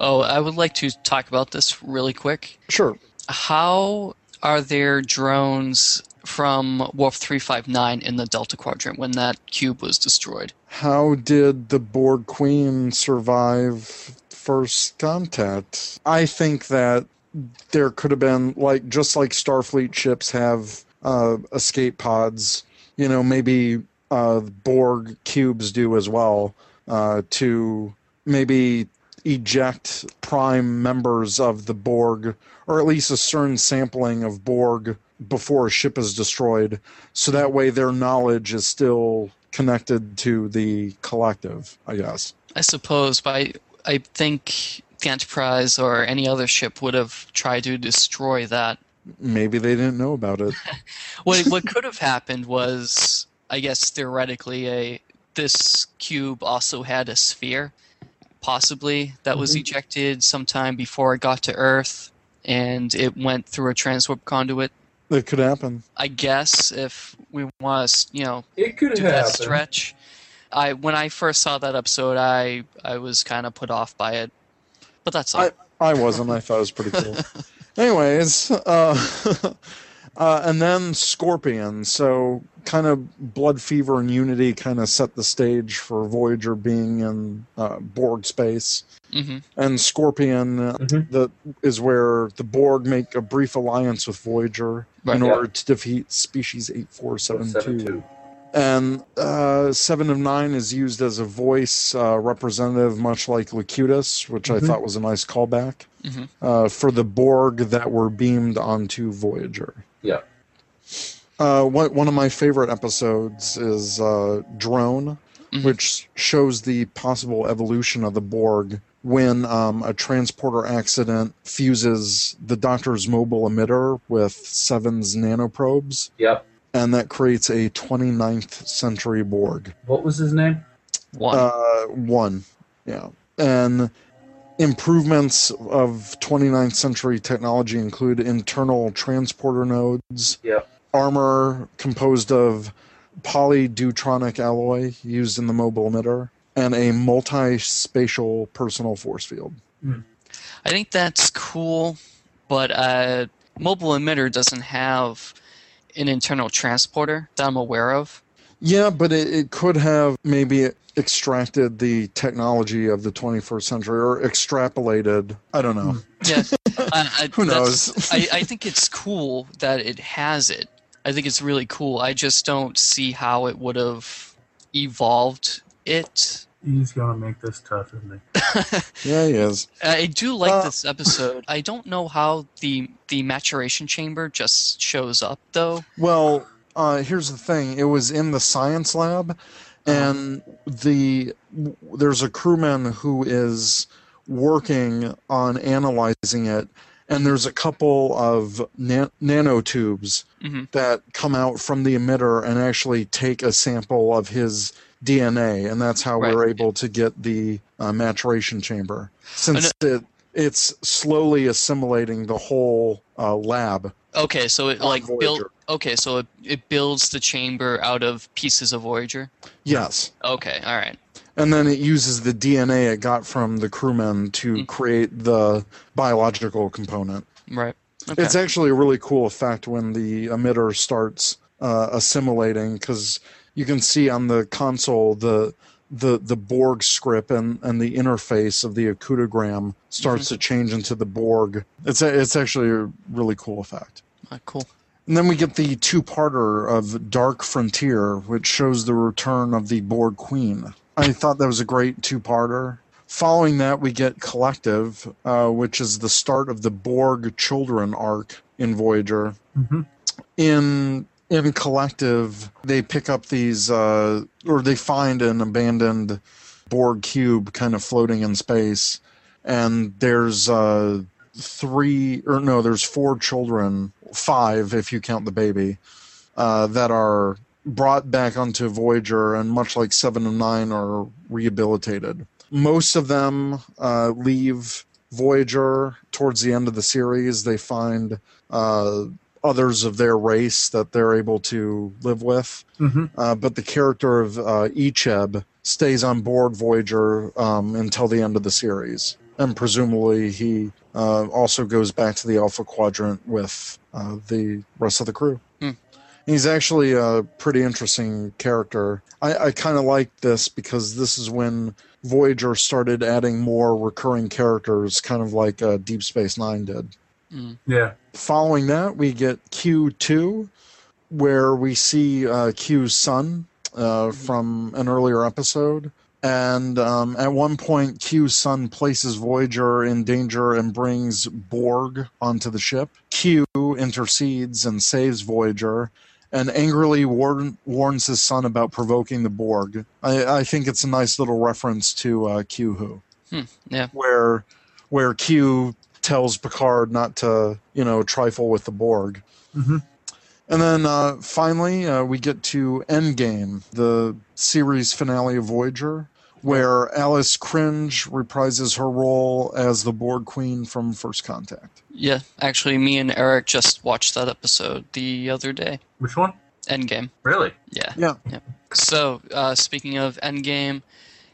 Oh, I would like to talk about this really quick.
Sure.
How are their drones from Wolf 359 in the Delta Quadrant when that cube was destroyed?
How did the Borg Queen survive first contact? I think that there could have been like just like Starfleet ships have uh, escape pods. You know, maybe uh, Borg cubes do as well uh, to maybe eject prime members of the Borg, or at least a certain sampling of Borg before a ship is destroyed, so that way their knowledge is still connected to the collective. I guess.
I suppose, but I, I think the Enterprise or any other ship would have tried to destroy that
Maybe they didn't know about it.
what what could have happened was, I guess theoretically, a this cube also had a sphere, possibly that was ejected sometime before it got to Earth, and it went through a transwarp conduit.
It could happen.
I guess if we want to, you know,
It could
do
have
that
happened.
stretch. I when I first saw that episode, I I was kind of put off by it, but that's all.
I wasn't. I thought it was
*laughs*
pretty cool. Anyways, uh, *laughs* uh, and then Scorpion. So, kind of Blood Fever and Unity kind of set the stage for Voyager being in uh, Borg space.
hmm
And Scorpion uh,
Mhm.
the, is where the Borg make a brief alliance with Voyager
Right,
in
yeah.
order to defeat Species 8472
Seven two.
and uh, seven of nine is used as a voice uh, representative, much like Locutus, which I thought was a nice callback
Mhm.
uh, for the Borg that were beamed onto Voyager.
Yeah.
Uh, one, one of my favorite episodes is uh, Drone,
Mhm.
which shows the possible evolution of the Borg when um, a transporter accident fuses the Doctor's mobile emitter with Seven's nanoprobes
Yep.
and that creates a 29th century Borg.
What was his name?
One.
Uh, one, yeah, and improvements of 29th century technology include internal transporter nodes,
Yep.
armor composed of polydeutronic alloy used in the mobile emitter, and a multi-spatial personal force field.
I think that's cool, but uh, mobile emitter doesn't have an internal transporter that I'm aware of.
Yeah, but it, it could have maybe extracted the technology of the 21st century or extrapolated. I don't know.
Yeah, *laughs* I, I,
Who
that's-
knows?
I, I think it's cool that it has it. I think it's really cool. I just don't see how it would have evolved it.
He's gonna make this tough, isn't he?
Yeah, he is.
I do like
Uh,
this episode. I don't know how the the maturation chamber just shows up though.
Well, uh, here's the thing. It was in the science lab, and the there's a crewman who is working on analyzing it, and there's a couple of nan- nanotubes
Mhm.
that come out from the emitter and actually take a sample of his DNA, and that's how
Right.
we're able to get the uh, maturation chamber since it. It's slowly assimilating the whole uh, lab.
Okay, so it
On
like built.
Voyager.
Okay, so it, it builds the chamber out of pieces of Voyager.
Yes.
Okay, all right.
And then it uses the DNA it got from the crewmen to create the biological component.
Right. Okay.
It's actually a really cool effect when the emitter starts uh, assimilating because you can see on the console the the the Borg script and, and the interface of the acoudogram starts to change into the Borg. It's a, it's actually a really cool effect.
Uh, cool.
And then we get the two parter of Dark Frontier, which shows the return of the Borg Queen. I thought that was a great two parter. Following that, we get Collective, uh, which is the start of the Borg Children arc in Voyager.
Mhm.
In in collective they pick up these uh, or they find an abandoned Borg cube kind of floating in space, and there's uh, three or no, there's four children, five if you count the baby, uh, that are brought back onto Voyager, and much like Seven and Nine, are rehabilitated. Most of them uh, leave Voyager towards the end of the series. They find uh, others of their race that they're able to live with.
Mm-hmm.
Uh, but the character of uh, Icheb stays on board Voyager um, until the end of the series. And presumably, he uh, also goes back to the Alpha Quadrant with uh, the rest of the crew.
Hmm.
He's actually a pretty interesting character. I, I kind of like this because this is when Voyager started adding more recurring characters, kind of like uh, Deep Space Nine did.
Yeah.
Following that, we get Q2, where we see uh, Q's son uh, from an earlier episode. And um, at one point, Q's son places Voyager in danger and brings Borg onto the ship. Q intercedes and saves Voyager and angrily warn- warns his son about provoking the Borg. I, I think it's a nice little reference to uh, Q Who
Yeah.
where where Q tells Picard not to you know trifle with the Borg.
Mhm.
And then uh, finally, uh, we get to Endgame, the series finale of Voyager, where Alice Cringe reprises her role as the Borg Queen from First Contact.
Yeah. Actually, me and Eric just watched that episode the other day.
Which one?
Endgame.
Really?
Yeah.
Yeah.
So, uh, speaking of Endgame,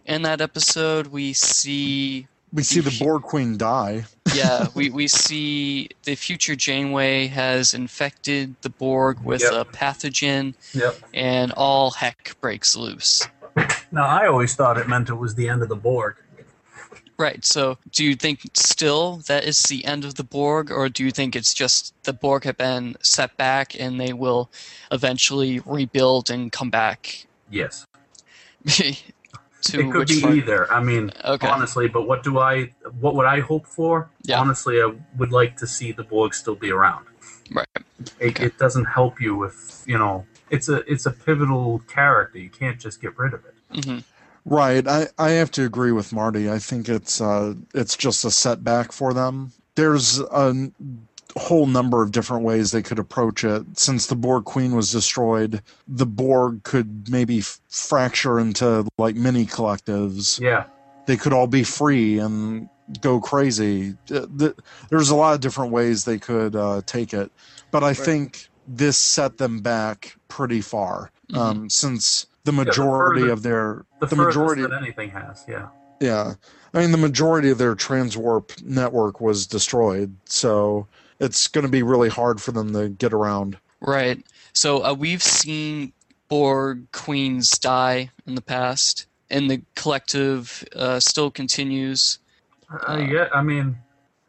in that episode, we see
We see the Borg Queen die. *laughs*
yeah, we, we see the future Janeway has infected the Borg with
Yep.
a pathogen,
Yep.
and all heck breaks loose.
Now, I always thought it meant it was the end of the Borg.
Right, so do you think still that is the end of the Borg, or do you think it's just the Borg have been set back and they will eventually rebuild and come back *laughs*
Yes.
to
it could
which
be
part-
either. I mean,
Okay.
honestly, but what do I? What would I hope for?
Yeah.
Honestly, I would like to see the Borg still be around.
Right.
It,
Okay.
it doesn't help you if you know it's a it's a pivotal character. You can't just get rid of it.
hmm
Right. I, I have to agree with Marty. I think it's uh it's just a setback for them. There's a n- whole number of different ways they could approach it. Since the Borg Queen was destroyed, the Borg could maybe f- fracture into like mini collectives.
Yeah.
They could all be free and go crazy. Uh, th- There's a lot of different ways they could uh, take it, but I think this set them back pretty far. Um, since the
Mm-hmm. the
majority
further-
of their
The,
the
furthest
majority
that anything has. Yeah.
yeah. I mean, the majority of their transwarp network was destroyed, so it's going to be really hard for them to get around.
Right. So uh, we've seen Borg queens die in the past, and the collective uh, still continues.
Uh, yeah. I mean,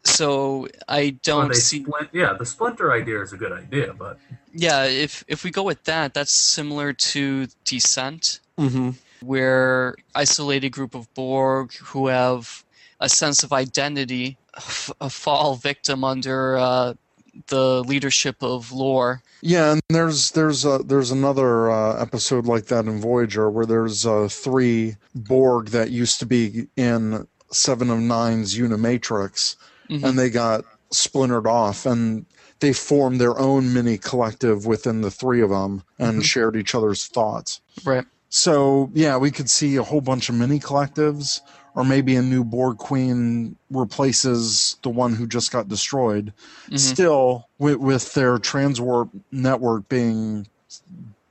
So I
well,
don't
Oh, they
see.
splint, yeah, the splinter idea is a good idea, but
Yeah, if if we go with that, that's similar to Descent,
Mm-hmm.
where isolated group of Borg who have a sense of identity f- fall victim under uh, the leadership of Lore.
Yeah, and there's there's a, there's another uh, episode like that in Voyager where there's uh, three Borg that used to be in Seven of Nine's Unimatrix,
Mhm.
and they got splintered off, and they formed their own mini collective within the three of them and shared each other's thoughts.
Right.
So yeah, we could see a whole bunch of mini collectives, or maybe a new Borg Queen replaces the one who just got destroyed.
Mhm.
Still, with, with their transwarp network being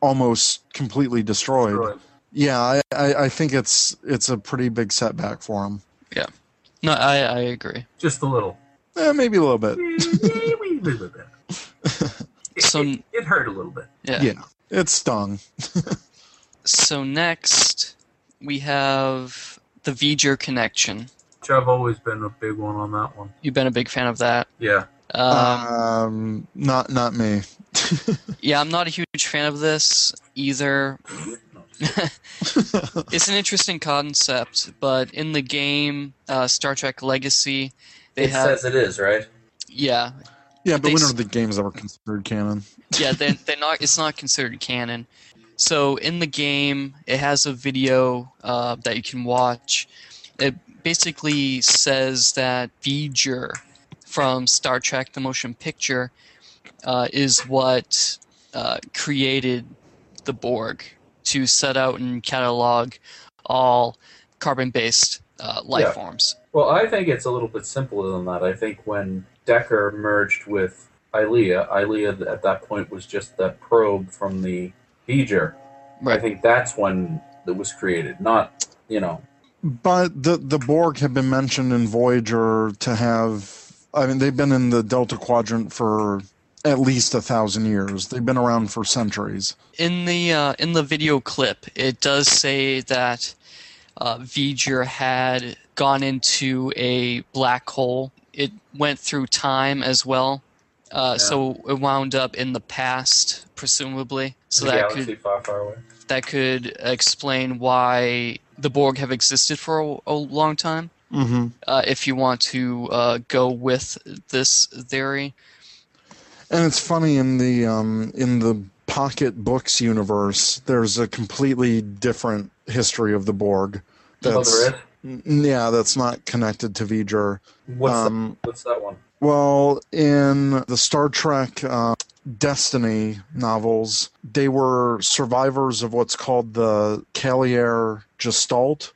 almost completely destroyed, yeah, I, I, I think it's it's a pretty big setback for them.
No, I, I agree.
just a little. *laughs*
Eh, maybe a little bit.
we live with that. It-
So-
it, it hurt a little bit.
Yeah.
Yeah, it stung.
So next we have the V'ger connection.
Which I've always been a big one on that one.
You've been a big fan of that.
Yeah.
Um,
um, not not me.
yeah, I'm not a huge fan of this either. it's an interesting concept, but in the game uh, Star Trek Legacy, they
it
have
says it is, right?
yeah,
Yeah, but
They
when
s-
are the games that were considered canon?
*laughs* yeah, they're, they're not. It's not considered canon. So in the game, it has a video uh, that you can watch. It basically says that V'ger from Star Trek: The Motion Picture uh, is what uh, created the Borg to set out and catalog all carbon-based uh, life
Yeah.
forms.
Well, I think it's a little bit simpler than that. I think when Decker merged with Ilea, Ilea at that point was just the probe from the Beeger. I
Right.
think that's when it was created, not, you know,
But the the Borg have been mentioned in Voyager to have. I mean, they've been in the Delta Quadrant for at least a thousand years. They've been around for centuries.
in the uh, in the video clip, it does say that uh, V'ger had gone into a black hole. It went through time as well, uh, so it wound up in the past, presumably. So
the
that
galaxy
could
far, far away.
that could explain why the Borg have existed for a, a long time
Mm-hmm.
uh, if you want to uh, go with this theory.
And it's funny in the um, in the Pocket Books universe, there's a completely different history of the Borg.
Oh,
That's
there is?
n- yeah, that's not connected to V'ger.
What's,
um,
the, what's that one?
Well, in the Star Trek uh, Destiny novels, they were survivors of what's called the Calier Gestalt,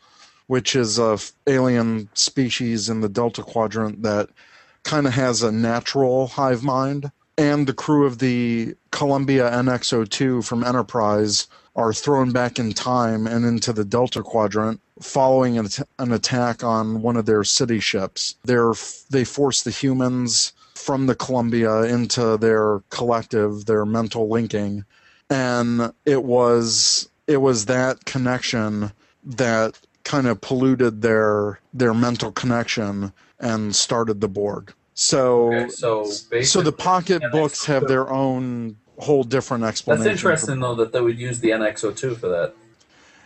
which is a f- alien species in the Delta Quadrant that kind of has a natural hive mind. And the crew of the Columbia NX-02 from Enterprise are thrown back in time and into the Delta Quadrant following an, at- an attack on one of their city ships. They're, f- they force the humans from the Columbia into their collective, their mental linking, and it was it was that connection that kind of polluted their their mental connection and started the Borg. So
Okay, so basically,
so the pocket
yeah, that's-
books have their own whole different explanation.
That's
for-
interesting, though, that they would use the NX02 for that.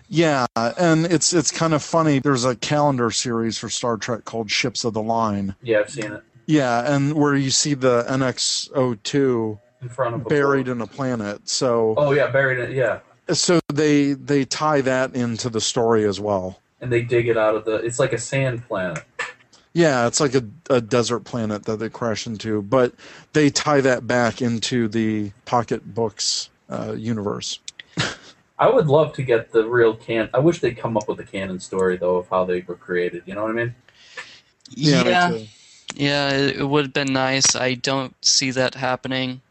Yeah, and it's it's kind of funny. There's a calendar series for Star Trek called Ships of the Line.
Yeah, I've seen it
Yeah, and where you see the NX-02
in front of a
buried
board.
in a planet. So
Oh, yeah, buried in, yeah.
so they they tie that into the story as well.
And they dig it out of the, it's like a sand planet.
Yeah, it's like a, a desert planet that they crash into, but they tie that back into the Pocket Books uh, universe.
I would love to get the real can. I wish they'd come up with a canon story though of how they were created. You know what I mean?
me too.
Yeah, it it would have been nice. I don't see that happening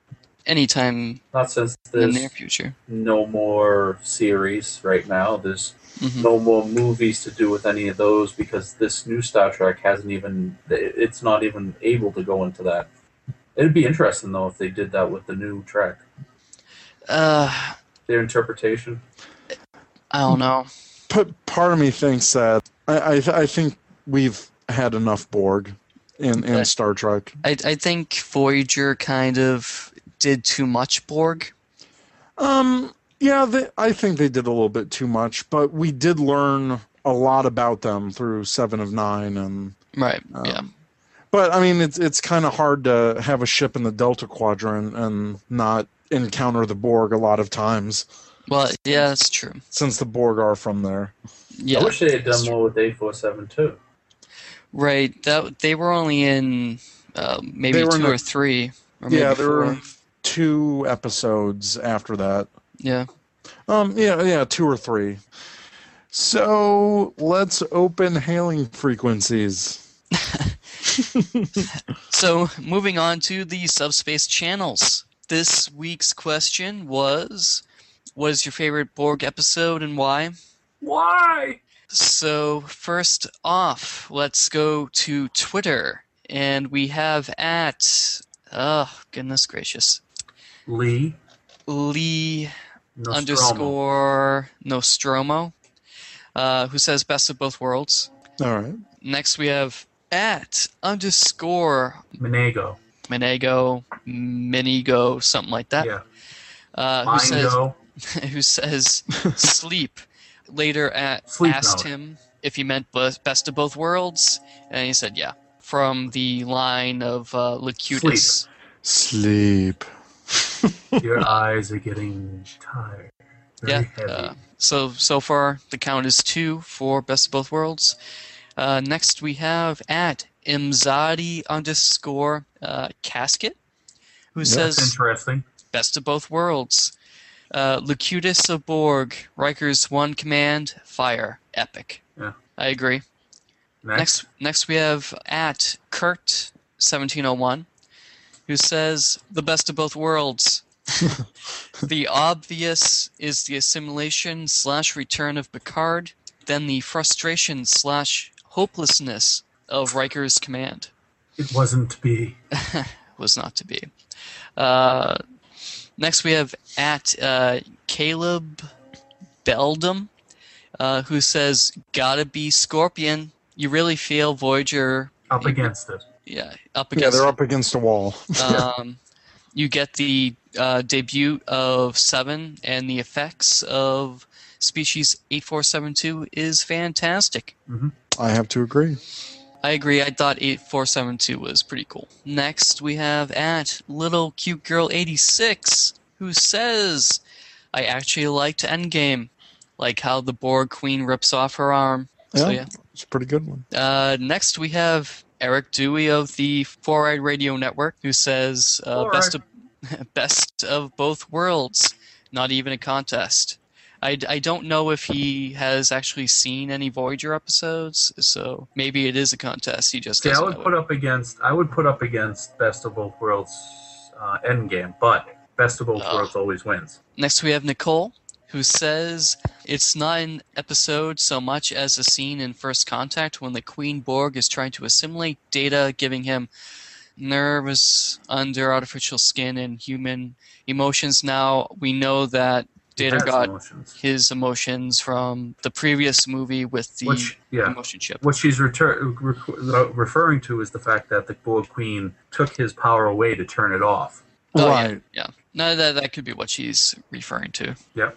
anytime
Not since
in the
there's
near future.
no more series right now. There's
Mhm.
no more movies to do with any of those because this new Star Trek hasn't even. It's not even able to go into that. It'd be interesting though if they did that with the new Trek,
Uh,
their interpretation.
I don't know.
But part of me thinks that I I, I think we've had enough Borg in, in
Okay.
Star Trek.
I I think Voyager kind of did too much Borg.
Um, yeah, they, I think they did a little bit too much, but we did learn a lot about them through Seven of Nine, and
Right. yeah.
but I mean, it's it's kind of hard to have a ship in the Delta Quadrant and not encounter the Borg a lot of times
Well, yeah, that's true.
since the Borg are from there.
Yeah.
I wish they had done more with A four seven two.
Right. That they were only in uh, maybe
They were in
two
the-
or three. Or
yeah,
maybe
there were
four.
two episodes after that.
Yeah.
Um, yeah, yeah, two or three. So let's open hailing frequencies.
So moving on to the subspace channels. This week's question was, what is your favorite Borg episode and why?
Why?
So, first off, let's go to Twitter. And we have at, oh, goodness gracious,
Lee
Lee
Nostromo.
underscore Nostromo, uh, who says best of both worlds.
All right.
Next, we have at underscore
Monego.
Minego, Minigo, something like that,
Yeah.
uh, who says, *laughs*
Mingo. *laughs*
who says sleep. Later, at,
Sleep
asked
mode.
him if he meant bo- best of both worlds, and he said yeah. From the line of uh, Locutus.
Sleep.
Your eyes are getting tired. Very
yeah.
heavy.
Uh, so so far the count is two for best of both worlds. Uh, next we have at Mzadi underscore uh, casket, who
That's
says
interesting.
best of both worlds. Uh, Lucutus of Borg, Riker's one command, fire, epic.
Yeah.
I agree.
Next,
Next, next we have at Kurt seventeen oh one, who says the best of both worlds. the obvious is the assimilation slash return of Picard, then the frustration slash hopelessness of Riker's command
it wasn't to be.
was not to be. Uh, next, we have at uh, Caleb Beldam, uh, who says, "Gotta be Scorpion. You really feel Voyager,
Up against it.
yeah, up
Yeah,
against.
they're up against a wall. *laughs*
um, you get the uh, debut of Seven and the effects of Species Eight Four Seven Two is fantastic.
I have to agree.
I agree. I thought 8472 was pretty cool. Next, we have at Little Cute Girl 86, who says, I actually liked Endgame. Like how the Borg Queen rips off her arm. So, yeah.
yeah, it's a pretty good one.
Uh, next, we have Eric Dewey of the Four Eyed Radio Network, who says, uh, best, of, *laughs* best of both worlds, not even a contest. I, I don't know if he has actually seen any Voyager episodes, so maybe it is a contest. He just
See, I
doesn't
would
know
put
it.
up against. I would put up against Best of Both Worlds uh, Endgame, but Best of Both
Oh.
Ugh.
Worlds always wins.
Next, we have Nicole, who says it's not an episode so much as a scene in First Contact when the Queen Borg is trying to assimilate data, giving him nerves under artificial skin and human emotions. Now, we know that
It
data
has
got
emotions.
his emotions from the previous movie with the
Which- yeah.
emotion chip.
What she's retur- re- referring to is the fact that the Borg Queen took his power away to turn it off.
Oh, yeah.
right.
Yeah. No, that, that could be what she's referring to.
Yep.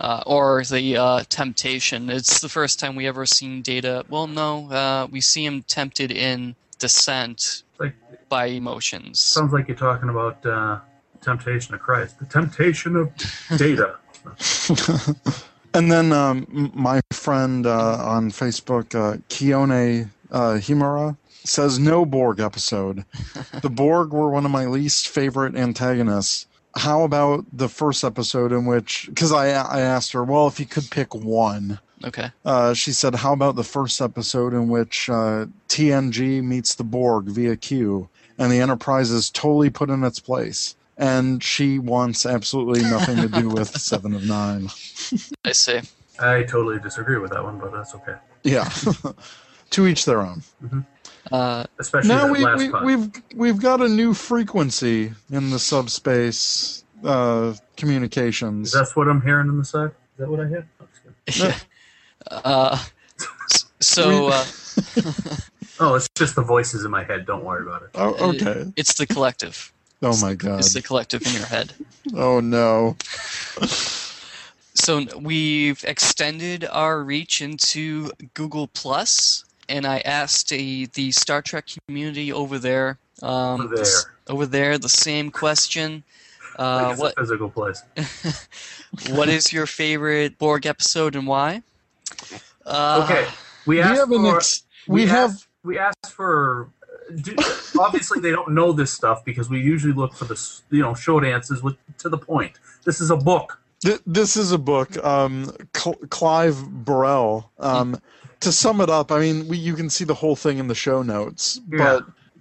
uh, or the uh, temptation. It's the first time we ever seen Data. Well, no, uh, we see him tempted in Descent
Like-
by emotions.
Sounds like you're talking about uh, Temptation of Christ. The Temptation
*laughs*
of Data.
And then um, m- my friend uh, on Facebook, uh, Kione uh, Himura, says no
*laughs*
Borg episode. the Borg were one of my least favorite antagonists. How about the first episode in which? Because I I asked her, well, if you could pick one,
Okay.
uh, she said, "How about the first episode in which uh, TNG meets the Borg via Q, and the Enterprise is totally put in its place?" And she wants absolutely nothing to do *laughs* with Seven of Nine.
I see.
I totally disagree with that one, but that's okay.
Yeah, *laughs* to each their own.
Uh,
Especially
Now
that
we,
last
we
part.
we've we've got a new frequency in the subspace uh,
Is
communications.
that what I'm hearing on the side? Is that what I hear? Oh, it's good.
uh, s- so uh,
Oh, it's just the voices in my head. Don't worry about it.
Oh, okay.
it's
*laughs*
the collective.
Oh my God.
It's the collective in your head.
Oh no.
So we've extended our reach into Google Plus, and I asked a, the Star Trek community over there, um,
Over there.
s- over there, the same question. Uh,
It's
what
a
Uh,
physical place.
what is your favorite Borg episode and why? Uh,
Okay, we
We
asked
have an
for
ex- we have
asked, we asked for. uh, Do, obviously, they don't know this stuff because we usually look for the s- you know short answers with to the point. This is a book.
Th- this is a book. Um, Cl- Clive Burrell. Um, to sum it up, I mean, we, you can see the whole thing in the show notes,
Yeah.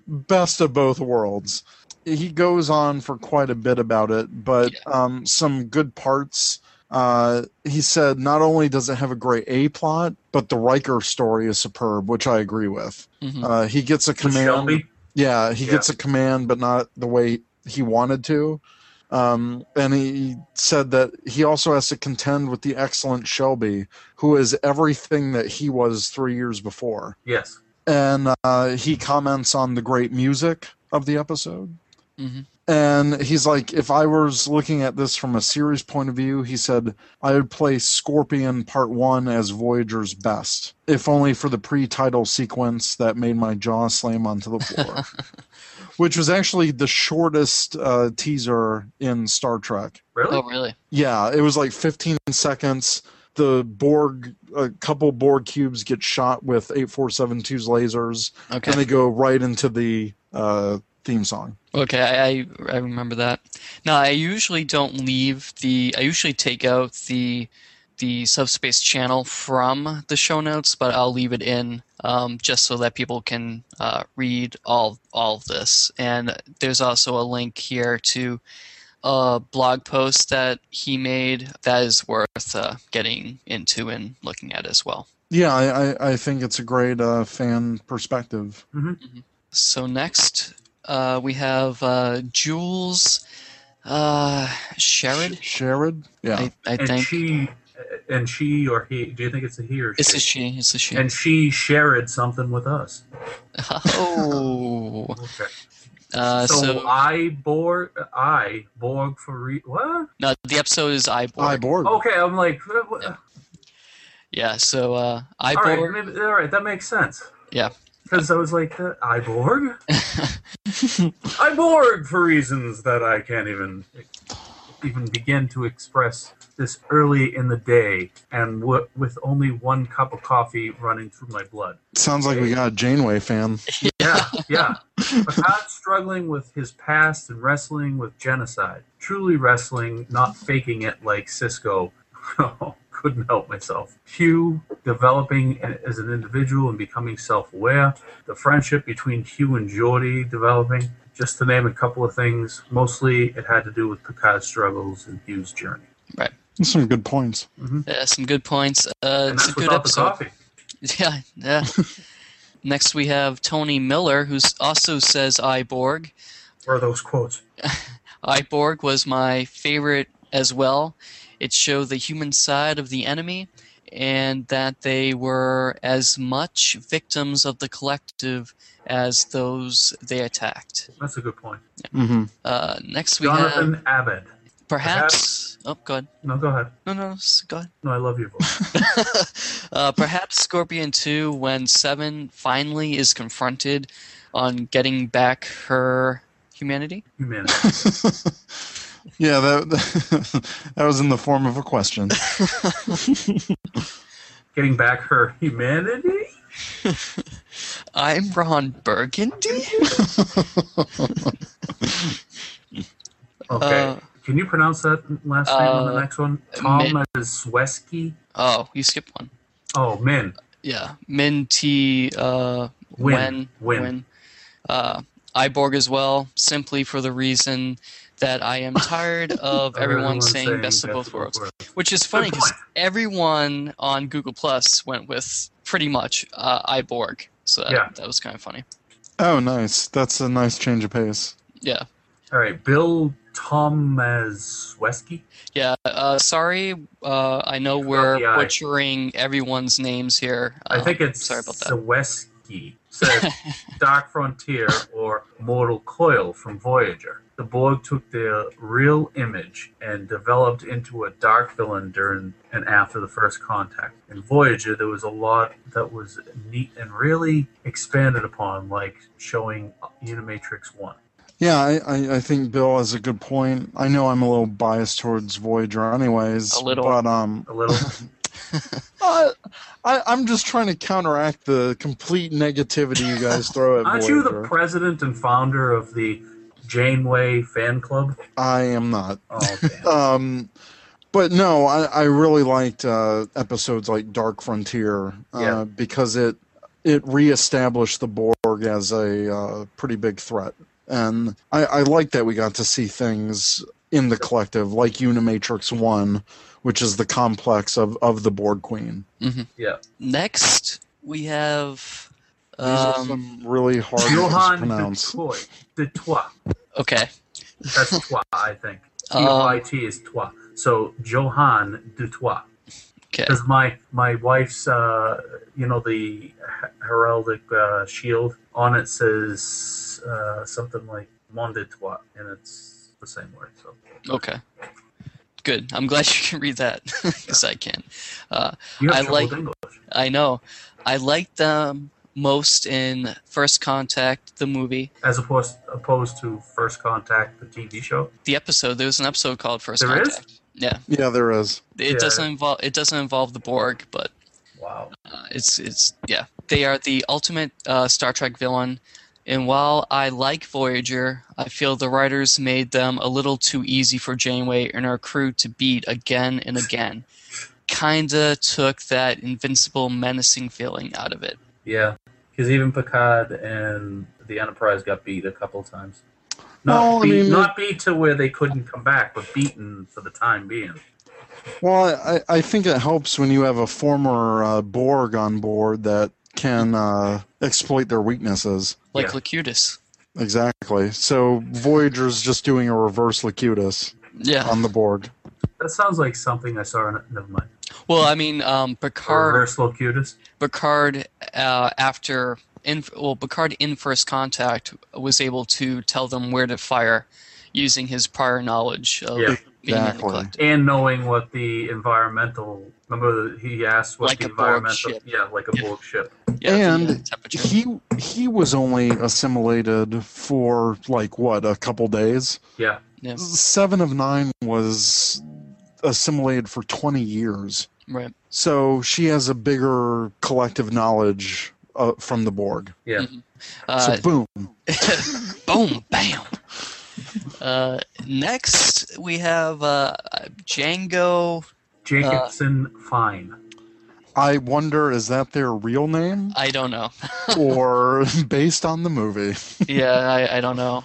but best of both worlds. He goes on for quite a bit about it, but um, some good parts. Uh, he said not only does it have a great A plot, but the Riker story is superb, which I agree with.
mhm.
Uh, he gets a
Mm-hmm. With
command.
Shelby,
Yeah, he
Yeah.
gets a command, but not the way he wanted to. Um, and he said that he also has to contend with the excellent Shelby, who is everything that he was three years before.
yes,
And uh, he comments on the great music of the episode.
Mhm.
And he's like, if I was looking at this from a series point of view, he said, I would play Scorpion Part 1 as Voyager's best, if only for the pre title sequence that made my jaw slam onto the floor. which was actually the shortest uh, teaser in Star Trek.
Really?
Oh, really?
Yeah, it was like 15 seconds. The Borg, a couple Borg cubes get shot with 8472's lasers,
Okay.
and they go right into the uh, theme song.
Okay, I, I I remember that. Now I usually don't leave the. I usually take out the the subspace channel from the show notes, but I'll leave it in um, just so that people can uh, read all all of this. And there's also a link here to a blog post that he made that is worth uh, getting into and looking at as well.
Yeah, I, I, I think it's a great uh, fan perspective.
So next uh, we have uh, Jules uh, Sherrod.
Sherrod? Yeah.
I, I
And
think
she, uh, and she or he. Do you think it's a he or she?
it's a she. It's a she.
And she shared something with us.
*laughs* oh,
Okay.
uh,
so,
so
I Borg, I Borg for re- what?
no, the episode is
I
Iborg.
Borg.
Okay, I'm like, uh, wha-
Yeah. Yeah, so uh,
all right,
Iborg.
maybe, all right, that makes sense.
Yeah.
Because I was like, uh, I *laughs*
*laughs*
Borg, I Borg for reasons that I can't even even begin to express this early in the day, and w- with only one cup of coffee running through my blood.
Sounds like we got a Janeway fan.
Yeah, yeah. Picard struggling with his past and wrestling with genocide. Truly wrestling, not faking it like Cisco. *laughs* Oh, Couldn't help myself. Hugh developing a- as an individual and becoming self aware. The friendship between Hugh and Geordie developing. Just to name a couple of things. Mostly it had to do with Picard's struggles and Hugh's journey.
Some good points.
Yeah, some good points. Uh,
And
it's
that's
a good
without the
episode. *laughs*
coffee.
Yeah,
*laughs*
yeah. Next we have Tony Miller, who also says Iborg.
Or those quotes.
Iborg was my favorite as well. It showed the human side of the enemy and that they were as much victims of the collective as those they attacked.
That's a good point.
Mm-hmm.
Uh, next, we have
Jonathan Abed.
perhaps. Oh, go ahead.
No, go ahead.
No, no, s- go ahead.
No, I love your voice.
uh, perhaps Scorpion 2, when Seven finally is confronted on getting back her humanity.
Humanity.
Yeah, that *laughs* that was in the form of a question.
Getting back her humanity?
I'm Ron Burgundy?
Okay.
Uh,
Can you pronounce that last name on
uh,
the next one?
Min-
Tom Sweski?
Oh, you skipped one.
Oh, Min.
yeah, Min T. Uh,
Win.
Wen-
Win.
Wen. Uh, Iborg as well, simply for the reason that I am *laughs* tired of everyone saying, best of both worlds. Which is funny because
point.
everyone on Google Plus went with pretty much uh, Iborg. So that,
Yeah.
that was kind of funny.
Oh, nice. That's a nice change of pace.
Yeah.
All right. Bill Tomaszewski?
Yeah. Uh, sorry. Uh, I know we're
the eye.
butchering everyone's names here.
I
Um,
think it's
Sorry about that. *laughs*
Sweski. Said Dark Frontier or Mortal Coil from Voyager. The Borg took their real image and developed into a dark villain during and after the first contact. In Voyager, there was a lot that was neat and really expanded upon, like showing Unimatrix 1.
Yeah, I, I, I think Bill has a good point. I know I'm a little biased towards Voyager, anyways.
A little.
But um,
A little.
I, I I'm just trying to counteract the complete negativity you guys throw at
Aren't
Voyager.
you the president and founder of the Janeway fan club?
I am not.
Oh, damn.
Um, but no, I, I really liked uh, episodes like Dark Frontier uh,
Yeah.
because it it reestablished the Borg as a uh, pretty big threat, and I, I like that we got to see things in the collective like Unimatrix One, which is the complex of of the Borg Queen.
Next, we have.
These are
Um,
some really hard to
Johann
pronounce.
Detroit. Detroit.
okay.
That's Trois, I
*laughs*
think.
Um,
D O I T is Trois. So Johann de Trois.
Okay.
Because my my wife's, uh, you know, the he- heraldic uh, shield on it says uh, something like Mon de Trois, and it's the same word. So
Okay. Good. I'm glad *laughs* you can read that because I can. Uh,
you have
I
trouble
like-
with English.
I know. I like them most in First Contact, the movie,
as opposed opposed to First Contact, the TV show.
the episode. There was an episode called First
There is?
Contact. Yeah,
Yeah, there is.
it
Yeah.
doesn't involve it doesn't involve the Borg, but
Wow.
uh, it's it's yeah. They are the ultimate uh, Star Trek villain, and while I like Voyager, I feel the writers made them a little too easy for Janeway and her crew to beat again and again. Kinda took that invincible, menacing feeling out of it.
Yeah, because even Picard and the Enterprise got beat a couple times.
Not,
Well, I
beat,
mean-
not beat to where they couldn't come back, but beaten for the time being.
Well, I, I think it helps when you have a former uh, Borg on board that can uh, exploit their weaknesses.
Like
Yeah.
Locutus.
Exactly. So Voyager's just doing a reverse Locutus
Yeah.
on the Borg.
That sounds like something I saw. In, never mind.
well, I mean, um, Picard.
Reverse locutus.
Picard, uh, after in well, Picard in First Contact was able to tell them where to fire using his prior knowledge of
Yeah.
being in the
Exactly.
collective.
and knowing what the environmental remember that he asked what
Like
the
a Borg
environmental
ship.
yeah like a
Yeah.
Borg ship
Yeah, the, uh,
And
temperature.
He he was only assimilated for like what a couple days.
yeah
yeah,
Seven of nine was assimilated for twenty years.
right.
So she has a bigger collective knowledge uh, from the Borg.
yeah
Uh,
so boom.
boom, bam. Uh, next, we have uh, Django.
Jacobson Fine
I wonder is that their real name
I don't know. *laughs*
or based on the movie?
yeah, I, I don't know.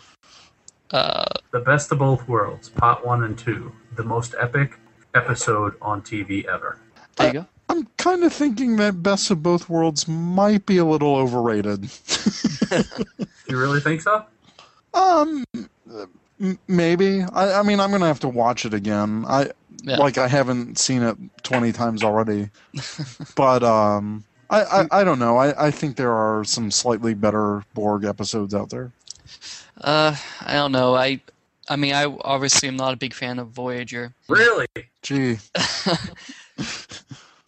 Uh,
the best of both worlds part one and two the most epic episode on TV ever
there you go.
I'm kind of thinking that Best of Both Worlds might be a little overrated.
you really think so
um, m- maybe. I, I mean, I'm gonna have to watch it again. I
Yeah.
like I haven't seen it 20 times already, but um, I, I I don't know. I I think there are some slightly better Borg episodes out there.
Uh, I don't know. I, I mean, I obviously am not a big fan of Voyager.
really
Gee,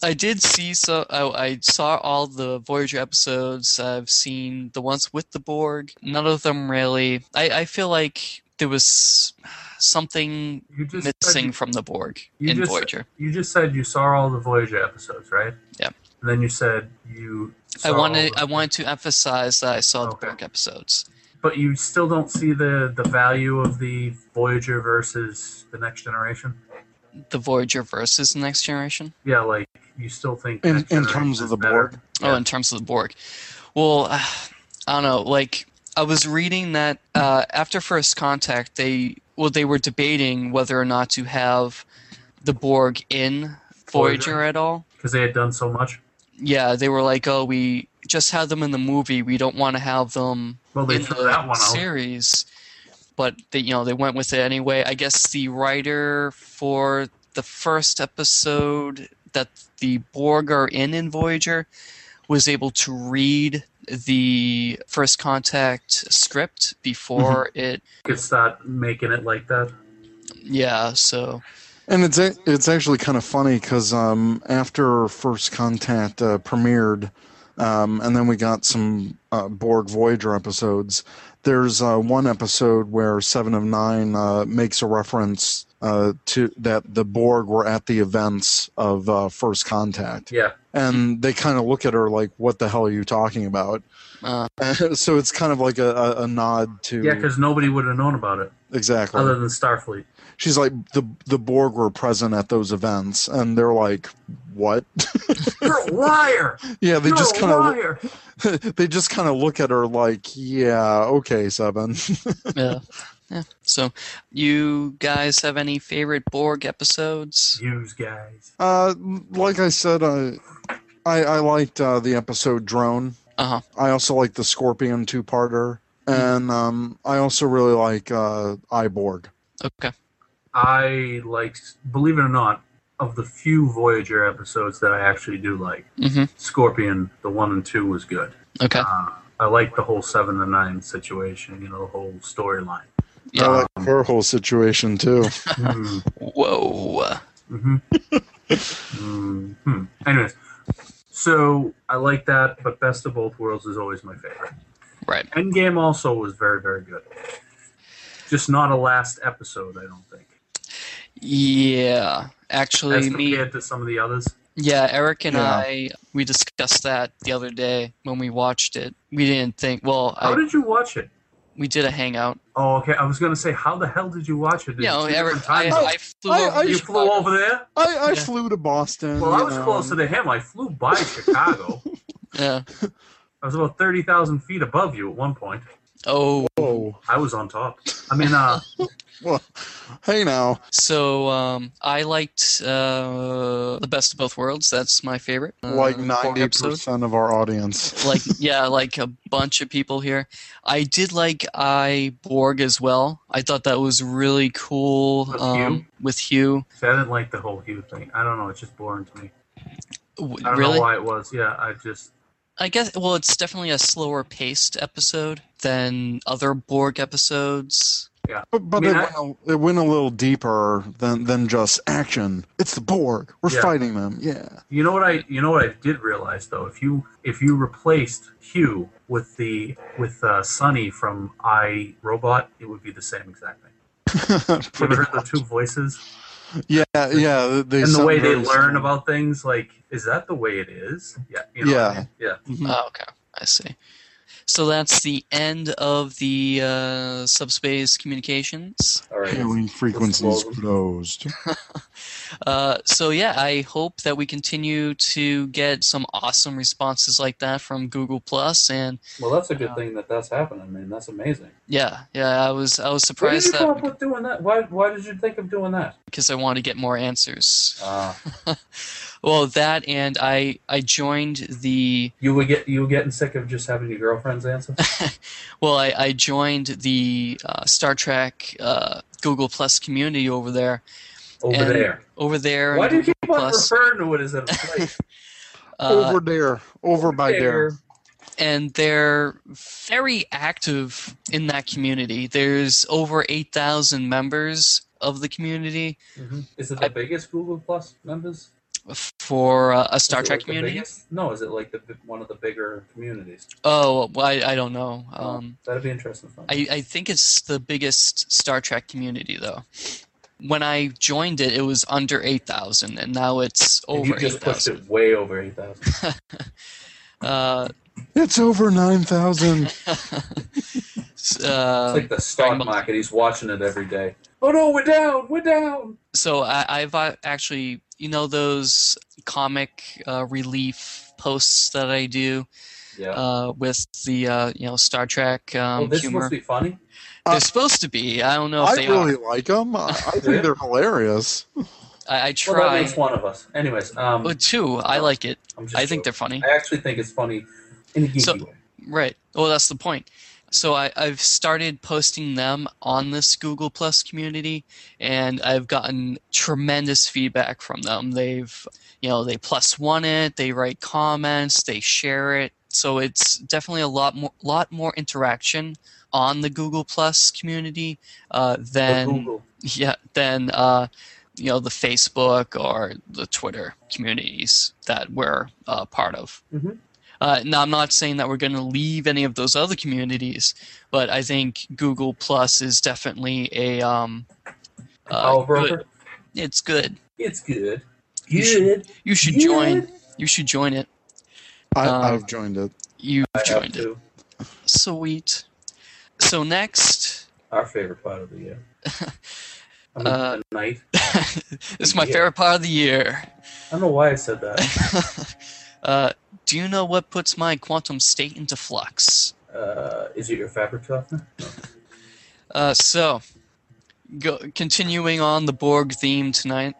I did see so I, I saw all the Voyager episodes. I've seen the ones with the Borg. None of them really. I, I feel like there was something
you just said
missing
you-
from the Borg
you
in
just-
Voyager.
you just said you saw all the Voyager episodes right
Yeah.
and then you said you
I
saw
wanted
all
I
the-
wanted to emphasize that I saw the
Okay.
Borg episodes.
but you still don't see the the value of the Voyager versus the Next Generation
The Voyager versus the Next Generation.
yeah like you still think
in
Next
in
Generation
terms of
is
the
better?
Borg,
Oh, in terms of the Borg. Well, uh, I don't know. Like I was reading that uh, after First Contact, they well they were debating whether or not to have the Borg in Voyager,
Voyager.
at all.
because they had done so much.
Yeah, they were like, oh, we just had them in the movie. We don't want to have them
Well, they
in
threw
the
that one out.
series. But they, you know, they went with it anyway. I guess the writer for the first episode that the Borg are in in Voyager was able to read the first contact script before
Mm-hmm.
it.
Could start making it like that.
Yeah, so
and it's a- it's actually kind of funny because um after First Contact uh, premiered, um and then we got some uh, Borg Voyager episodes. There's uh, one episode where Seven of Nine uh, makes a reference uh, to that the Borg were at the events of uh, First Contact,
Yeah,
and they kind of look at her like, "What the hell are you talking about?"
uh,
*laughs* so it's kind of like a, a, a nod to
yeah, because nobody would have known about it
exactly.
other than Starfleet.
she's like the the Borg were present at those events, and they're like, "What?" *laughs*
You're a liar.
yeah, they
You're
just
a
kind
liar.
of *laughs* they just kind of look at her like, "Yeah, okay, seven. *laughs*
*laughs*
yeah. yeah. So, you guys have any favorite Borg episodes?
Use guys.
uh, like I said, I I, I liked uh, the episode drone.
Uh huh.
I also like the Scorpion two parter, and um, I also really like uh, I Borg.
Okay.
I like, believe it or not, of the few Voyager episodes that I actually do like,
Mm-hmm.
Scorpion, the one and two was good.
Okay.
Uh, I like the whole seven and nine situation. You know, the whole storyline.
I
Yeah.
like her whole
*laughs*
situation too.
Hmm.
Whoa.
Mm-hmm. mm-hmm. Anyways, Hmm. so I I like that, but Best of Both Worlds is always my favorite.
Right.
Endgame also was very, very good. Just not a last episode, I don't think.
Yeah.
As
Actually, me.
compared to some of the others.
Yeah, Eric and
Yeah.
I we discussed that the other day when we watched it. We didn't think. Well,
How
I,
did you watch it?
we did a hangout.
Oh, okay. I was going to say, how the hell did you watch it?
You know,
Two different
Eric. I,
time
oh, I
zones.
flew.
I-
over
I-
to
you flew
Chicago.
over there?
I, I
Yeah.
flew to Boston.
Well, I
you
was
know, um,
closer to him. I flew by
*laughs*
Chicago.
Yeah.
I was about 30,000 feet above you at one point.
Oh.
Whoa.
I was on top. I mean, uh,
Well, hey now.
So um, I liked uh, the best of both worlds. That's my favorite. Uh,
like
four
ninety
episodes.
percent of our audience.
like yeah, like a bunch of people here. I did like I Borg as well. I thought that was really cool
With
um,
Hugh?
with Hugh.
see, I didn't like the whole Hugh thing. I don't know. It's just boring to me.
W-
I don't
really,
know why it was. Yeah, I just.
I guess. Well, it's definitely a slower paced episode than other Borg episodes.
But, but
I mean,
it, went a, it went a little deeper than, than just action. It's the Borg. We're
Yeah.
fighting them. Yeah. *laughs*
You know what I? You know what I did realize though. If you if you replaced Hugh with the with uh, Sonny from I Robot, it would be the same exact thing. You ever heard the two voices
*laughs* yeah, yeah. They
and the
sound
way they
very
learn
similar.
about things? Like, is that the way it is? Yeah. You know what I mean? Yeah.
Mm-hmm.
Mhm.
Oh, okay, I see. So that's the end of the uh, subspace communications.
All right.
Healing frequencies
Let's
closed.
Uh, so yeah, I hope that we continue to get some awesome responses like that from Google Plus, and
Well, that's a good thing that that's happening. I mean, that's amazing.
yeah, yeah, I was I was
Why did
surprised
you come
that
up with doing that? Why, why did you think of doing that?
because I wanted to get more answers.
Uh,
Well, that and I I joined the
you were get you were getting sick of just having your girlfriend's
*laughs*
answer.
well I, I joined the uh, Star Trek uh, Google Plus community over there
Over
And-
there.
over there.
Why
on
do you keep
Google
on
Plus,
referring to it
*laughs*
as a place?
uh,
over there, over by there.
and they're very active in that community. There's over 8,000 members of the community
Mhm. Is it the
I-
biggest Google Plus members?
for uh, a Star
Is it
Trek
like the
community.
biggest? No, is it like the bi- one of the bigger communities?
Oh, well, I, I don't know. Um,
That'd be interesting. to find out.
I, I think it's the biggest Star Trek community, though. When I joined it, it was under 8,000, and now it's
And
over
you just pushed
8,000.
it way over eight thousand.
Uh,
It's over nine thousand.
s-
It's
uh,
like the stock
Rainbow.
market. He's watching it every day. Oh no, we're down. We're down.
so I, I've uh, actually, you know, those comic uh, relief posts that I do.
Yeah.
uh, with the uh, you know Star Trek um,
oh, this
humor.
must be funny.
They're supposed to be. I don't know if
I
they
really
are.
like them. I, I think they're hilarious.
I, I
Well, that
try.
makes one of us. Anyways, um,
but two, I like it.
I'm just
I think they're
joking.
funny.
I actually think it's funny in a geeky
So-
way.
Right. Well, that's the point. So I, I've started posting them on this Google Plus community, and I've gotten tremendous feedback from them. They've, you know, they plus one it, they write comments, they share it. So it's definitely a lot more, lot more interaction on the Google Plus community uh,
But
than
Google.
yeah than uh, you know the Facebook or the Twitter communities that we're uh, part of.
Mhm.
Uh, now I'm not saying that we're going to leave any of those other communities, but I think Google Plus is definitely a um, uh,
Power
good.
broker.
It's good.
It's good.
You should- You should
Good.
join. You should join it.
I,
Um,
I've joined it.
You've
I have
joined it.
to.
Sweet. So next,
Our favorite part of the
*laughs*
year. I mean,
Uh,
the night.
this is my
Yeah.
favorite part of the year.
I don't know why I said that.
*laughs* uh, do you know what puts my quantum state into flux?
Uh, is it your fabric softener?
Uh, so, go, continuing on the Borg theme tonight,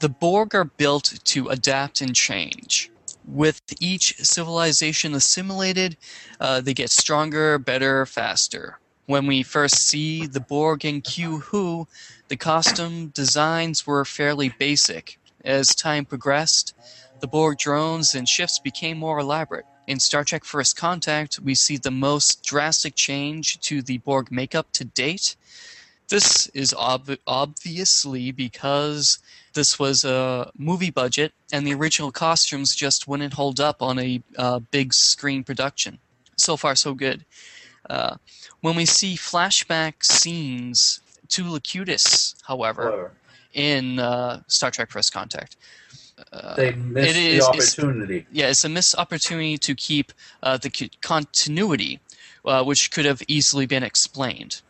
the Borg are built to adapt and change. With each civilization assimilated, uh, they get stronger, better, faster. When we first see the Borg in Q Who, the costume designs were fairly basic. As time progressed, the Borg drones and ships became more elaborate. In Star Trek First Contact, we see the most drastic change to the Borg makeup to date. This is ob- obviously because this was a movie budget, and the original costumes just wouldn't hold up on a uh, big screen production. So far, so good. Uh, when we see flashback scenes to Locutus, however,
However,
in uh, Star Trek First Contact, uh,
they missed
it is-
the
it's-
opportunity.
yeah, it's a missed opportunity to keep uh, the c- continuity, uh, which could have easily been explained,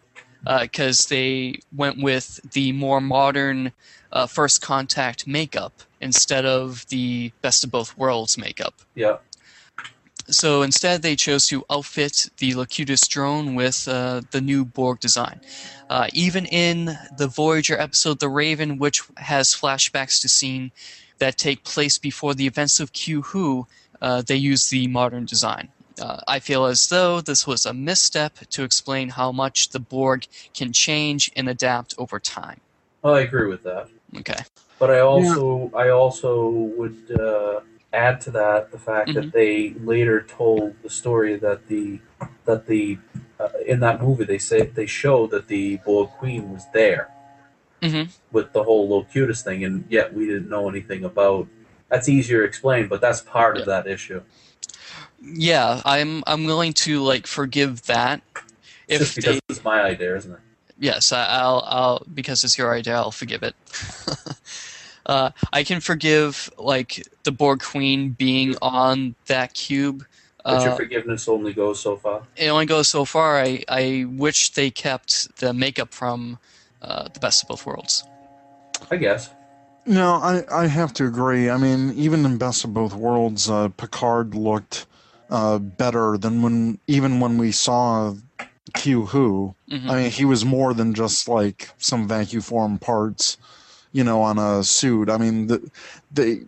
because they went with the more modern uh, first contact makeup instead of the best of both worlds makeup.
Yeah,
So instead, they chose to outfit the Locutus drone with uh, the new Borg design. Uh, even in the Voyager episode The Raven, which has flashbacks to scene that take place before the events of Q Who, uh, they use the modern design. Uh, I feel as though this was a misstep to explain how much the Borg can change and adapt over time.
well, I agree with that.
Okay.
But I also I also would uh, add to that the fact
Mm-hmm.
that they later told the story that the that the uh, in that movie they say they show that the Borg Queen was there
Mhm.
with the whole Locutus thing, and yet we didn't know anything about. That's easier to explain, but that's part of that issue.
Yeah, I'm I'm willing to like forgive that.
It's just
If
because
they,
it's my idea, isn't it?
yes, I, I'll, I'll because it's your idea, I'll forgive it. *laughs* uh, I can forgive like the Borg Queen being on that cube.
But your
Uh,
forgiveness only goes so far.
it only goes so far. I, I wish they kept the makeup from uh, the best of both worlds.
I guess.
No, I, I have to agree. I mean, even in Best of Both Worlds, uh, Picard looked uh, better than when even when we saw Q Who.
Mhm.
I mean, he was more than just like some vacuum form parts, you know, on a suit. I mean, the, they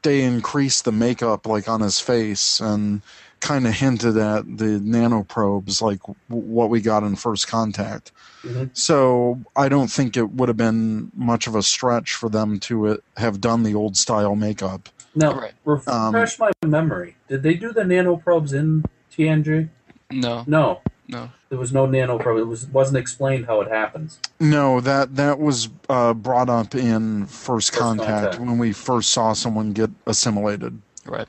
they increased the makeup like on his face and kind of hinted at the nanoprobes, like w- what we got in First Contact.
Mhm.
So I don't think it would have been much of a stretch for them to uh, have done the old style makeup.
Now,
Right.
refresh my memory. Did they do the nanoprobes in TNG?
No,
No.
no.
There was no nanoprobe. It was wasn't explained how it happens.
No, that that was uh, brought up in First, contact,
Contact.
when we first saw someone get assimilated.
Right.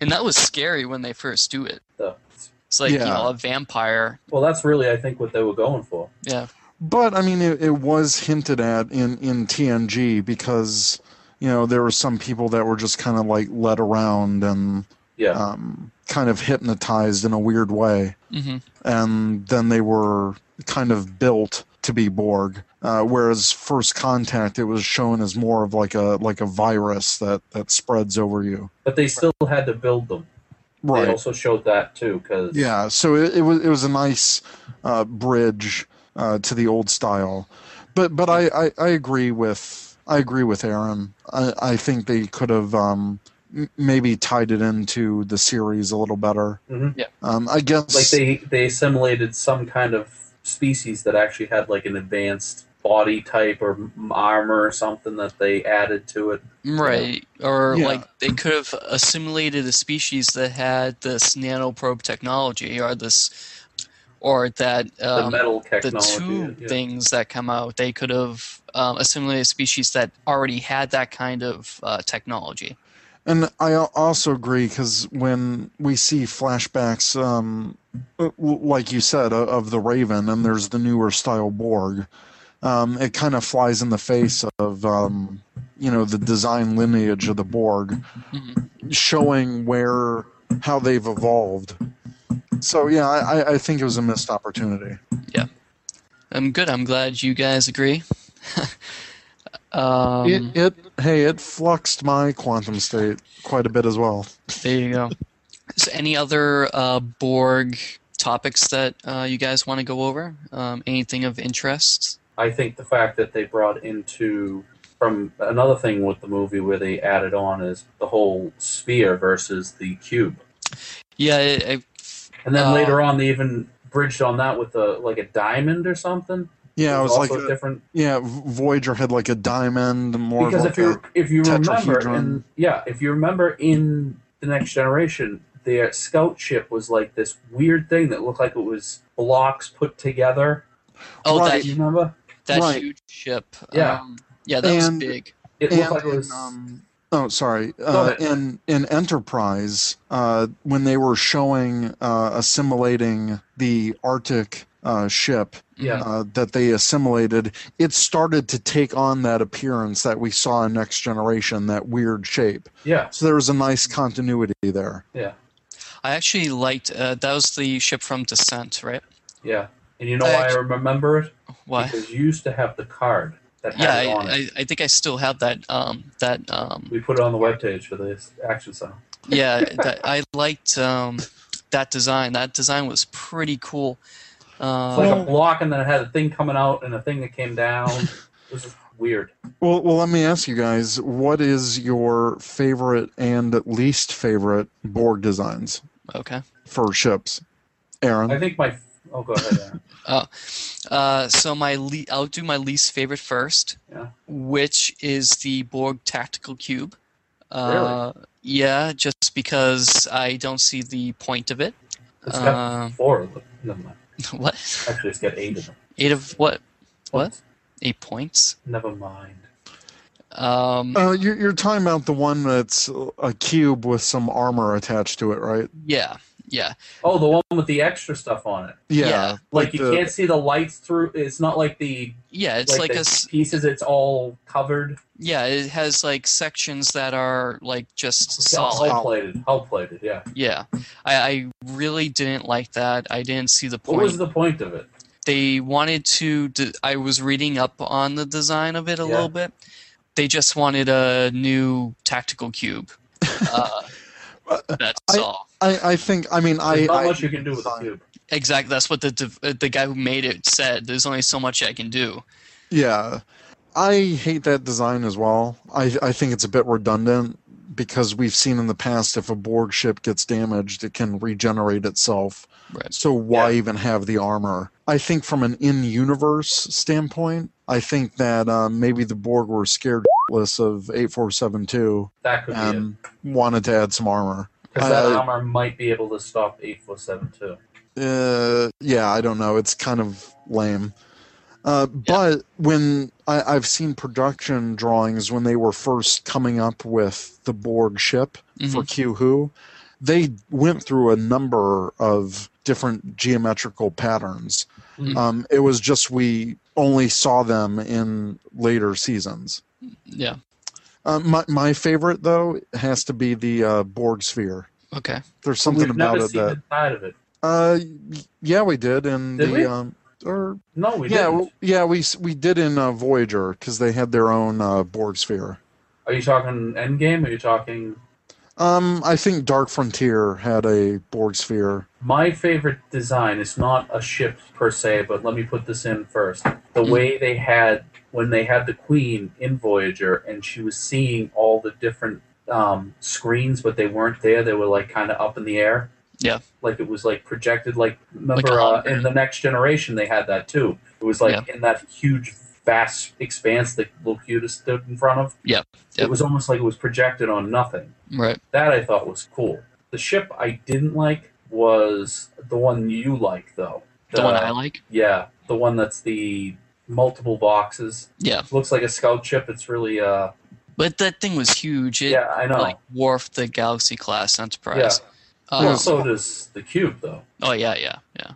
And that was scary when they first do it.
So,
It's like, you
Yeah.
know, a vampire.
well, that's really I think what they were going for.
Yeah.
But I mean, it, it was hinted at in in TNG because you know there were some people that were just kind of like led around and
Yeah,
um, kind of hypnotized in a weird way.
hmm
and then they were kind of built to be Borg. Uh, whereas First Contact, it was shown as more of like a like a virus that that spreads over you.
but they still had to build them. They also showed that too because
Yeah. So it, it was it was a nice uh, bridge uh, to the old style, but but I, I, I agree with I agree with Aaron. I, I think they could have um, m- maybe tied it into the series a little better.
Mhm.
Yeah.
Um, I guess
like they they assimilated some kind of species that actually had like an advanced body type or m- armor or something that they added to it.
Right. Or,
Yeah.
like, they could have assimilated a species that had this nanoprobe technology or this, or that.
The
Um,
metal
the
technology.
two
yeah.
things that come out, they could have um, assimilated a species that already had that kind of uh, technology.
And I al- also agree because when we see flashbacks, um, uh, w- like you said, o- of the Raven, and there's the newer style Borg, um, it kind of flies in the face of um, you know the design lineage of the Borg,
Mhm.
showing where how they've evolved. So yeah, I, I- I think it was a missed opportunity.
I'm good. I'm glad you guys agree. *laughs* um,
it, it hey, it fluxed my quantum state quite a bit as well.
There you go. So any other uh, Borg topics that uh, you guys want to go over? Um, anything of interest?
I think the fact that they brought into from another thing with the movie where they added on is the whole sphere versus the cube,
Yeah, I, I,
and then
Uh,
later on they even bridged on that with a like a diamond or something.
Yeah, it was like
also different
Yeah, V- Voyager had like a diamond, more
because
of
if
like
you if you remember,
tetrahedron.
in, yeah, if you remember in the Next Generation, their scout ship was like this weird thing that looked like it was blocks put together.
oh,
Right.
Do you
that,
remember?
that
Right.
huge ship.
Yeah.
um, yeah, that
And-
was big.
It
and
looked like it
in,
was.
um, oh sorry uh,
ahead.
in in enterprise uh, when they were showing uh, assimilating the arctic uh, ship
yeah.
uh, that they assimilated it started to take on that appearance that we saw in next generation that weird shape
Yeah.
so there was a nice continuity there
Yeah.
I actually liked uh, that was the ship from Descent, right?
Yeah. And you know
I
why I
actu-
remember it?
Why?
Because you used to have the card that had
Yeah,
it on
I,
it.
I, I think I still have that. Um, that um,
We put it on the webpage for this action song.
yeah, that, I liked um, that design. That design was pretty cool.
It's like
Uh,
a block, and then it had a thing coming out and a thing that came down.
*laughs*
this is weird.
well, well let me ask you guys what is your favorite and least favorite borg designs
okay.
for ships aaron
I think my. Oh, go ahead. Aaron.
Uh, so my le- I'll do my least favorite first,
Yeah.
which is the Borg tactical cube. Uh, Yeah, just because I don't see the point of it. *laughs*
It's got
Um,
four of them. Never mind.
what?
Actually, it's got eight of them.
Eight of what? What? Eight points?
Never mind.
Um,
Uh, you're, you're talking about the one that's a cube with some armor attached to it, right?
yeah, yeah.
Oh, the one with the extra stuff on it.
Yeah.
Yeah.
Like, you
the-
can't see the lights through. It's not like the
Yeah, it's like,
the
a s
pieces. It's all covered.
yeah. It has like sections that are like just solid.
Hull plated. Hull plated. Yeah.
Yeah, I, I really didn't like that. I didn't see the
What
point.
was the point of it?
they wanted to. d I I was reading up on the design of it a
Yeah.
little bit. They just wanted a new tactical cube. Uh, that's
I-
all.
I, I think, I mean, I.
There's not
I-
much you can do with a cube.
Exactly. That's what the dev- uh, the guy who made it said. There's only so much I can do.
Yeah. I hate that design as well. I, I think it's a bit redundant because we've seen in the past if a Borg ship gets damaged, it can regenerate itself.
Right.
So why
Yeah.
even have the armor? I think from an in universe standpoint, I think that uh, maybe the Borg were scared shitless of 8472
That could be it.
and wanted to add some armor.
Because that
Um, uh,
armor might be able to stop eight four seven too.
Uh, yeah, I don't know. It's kind of lame. Uh, but when I, I've seen production drawings when they were first coming up with the Borg ship
Mm-hmm.
for Q Who, they went through a number of different geometrical patterns.
Mhm.
Um, it was just we only saw them in later seasons.
Yeah.
Uh, my my favorite though has to be the uh, Borg sphere.
Okay.
There's something
We've
about
never
it
seen
that.
inside of it.
Uh, y- yeah, we did, and
Did
the
we?
um, or
No, we
yeah,
didn't.
w- yeah, we s- we did in uh, Voyager because they had their own uh, Borg sphere.
Are you talking Endgame? Are you talking?
Um, I think Dark Frontier had a Borg sphere.
My favorite design is not a ship per se, but let me put this in first. The
Mm.
way they had when they had the Queen in Voyager, and she was seeing all the different um, screens, but they weren't there. They were like kind of up in the air.
Yeah.
Like it was like projected. Like remember
a
uh,
hologram.
in the Next Generation, they had that too. It was like in that huge, vast expanse that Locutus stood in front of.
Yep,
It
yep.
was almost like it was projected on nothing.
Right.
That I thought was cool. The ship I didn't like was the one you like, though.
The
Uh,
one I like.
Yeah, the one that's the multiple boxes.
Yeah.
Looks like a scout ship. It's really uh.
But that thing was huge. It
yeah, I know.
like dwarfed the Galaxy class
yeah.
Enterprise. Uh,
Well, so does the cube, though.
Oh yeah, yeah, yeah.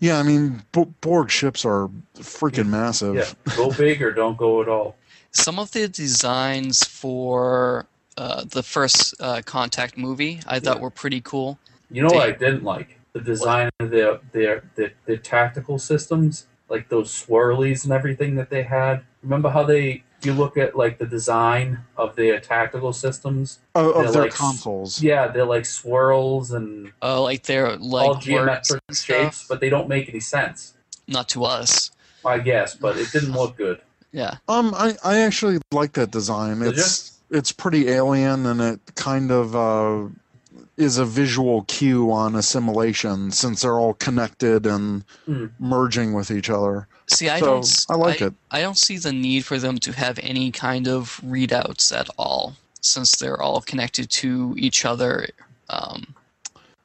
Yeah, I mean B- Borg ships are freaking massive.
Yeah. Go big or don't go at all.
Some of the designs for uh, the first uh, Contact movie I thought were pretty cool.
You know what I didn't like? The design of their their their, their tactical systems, like those swirlies and everything that they had. Remember how they? You look at like the design of their tactical systems.
Of,
They're
of their
like s-
consoles.
Yeah, they're like swirls and
Uh, like they're like
all
words
geometric
and stuff.
shapes, but they don't make any sense.
not to us.
I guess, but it didn't look good.
Yeah,
Um, I, I actually like that design.
Did
It's it's pretty alien, and it kind of uh, is a visual cue on assimilation since they're all connected and
Hmm.
merging with each other.
see, I
So,
don't. s-
I like it.
I don't see the need for them to have any kind of readouts at all, since they're all connected to each other. Um,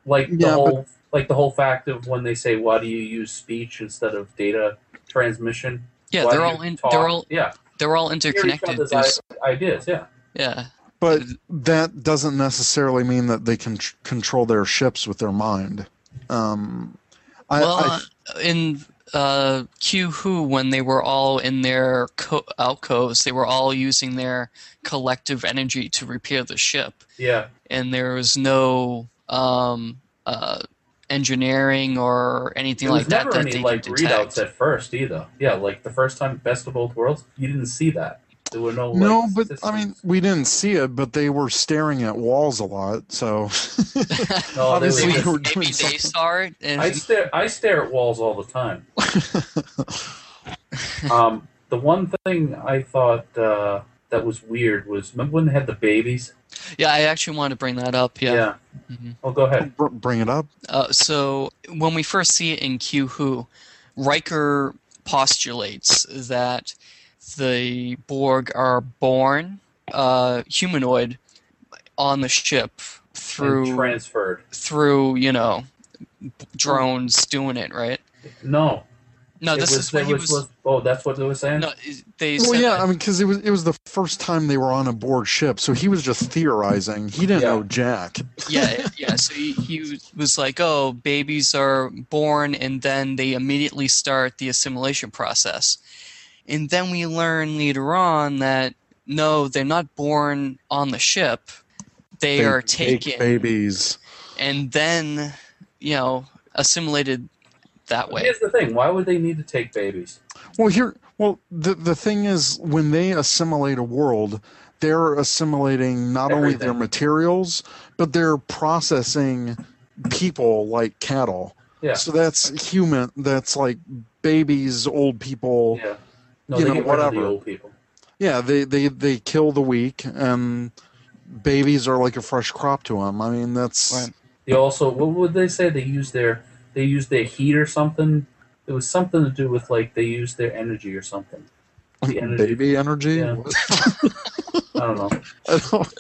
Like the
Yeah,
whole like the whole fact of when they say why do you use speech instead of data transmission?
Yeah,
Why
they're
do
all
you
in,
talk-
they're all
yeah
they're all
hear each
interconnected.
other's
There's,
i- ideas. Yeah,
yeah,
But that doesn't necessarily mean that they can tr- control their ships with their mind. Um, I,
well,
I,
uh, in uh, Q Who, when they were all in their co- alcoves, they were all using their collective energy to repair the ship,
yeah.
and there was no um, uh, engineering or anything
There was
like that
never
that
any
they
like
could
readouts
detect.
at first either. Yeah, like the first time Best of Both Worlds, you didn't see that. There were no. Like,
no, but I
systems.
mean, we didn't see it, but they were staring at walls a lot. So *laughs*
No, they were
obviously
just-
we were
Maybe
doing
they
something.
saw it, and
I stare. I stare at walls all the time. um, the one thing I thought uh, that was weird was remember when they had the babies?
yeah, I actually wanted to bring that up. Yeah. Mhm.
Oh, go ahead.
Br- bring it up.
Uh, so when we first see it in Q Who, Riker postulates that the Borg are born uh, humanoid on the ship
And Mm-hmm.
through
transferred.
through you know drones doing it right.
No.
No,
it
this
was,
is what
it
he
was,
was.
was- Oh, that's what they were saying.
no, they
Well,
said
yeah,
that-
I mean, because it was it was the first time they were on a board ship, so he was just theorizing. He didn't
Yeah.
know Jack.
yeah, yeah. So he, he was like, "Oh, babies are born, and then they immediately start the assimilation process." And then we learn later on that no, they're not born on the ship; they, are
take
taken
babies.
and then, you know, assimilated that way.
Here's the thing. Why would they need to take babies?
Well, here, well, the the thing is, when they assimilate a world, they're assimilating not only their
Everything.
materials, but they're processing people like cattle.
Yeah.
So that's human. That's like babies, old people.
yeah. No,
you
they
know,
get rid of
whatever.
the old people.
Yeah, they, they, they kill the weak, and babies are like a fresh crop to them. I mean, that's
Right.
They also, what would they say? They use their, they use their heat or something. It was something to do with like they use their energy or something. The energy.
*laughs* baby energy.
Yeah. I don't know.
*laughs* I don't-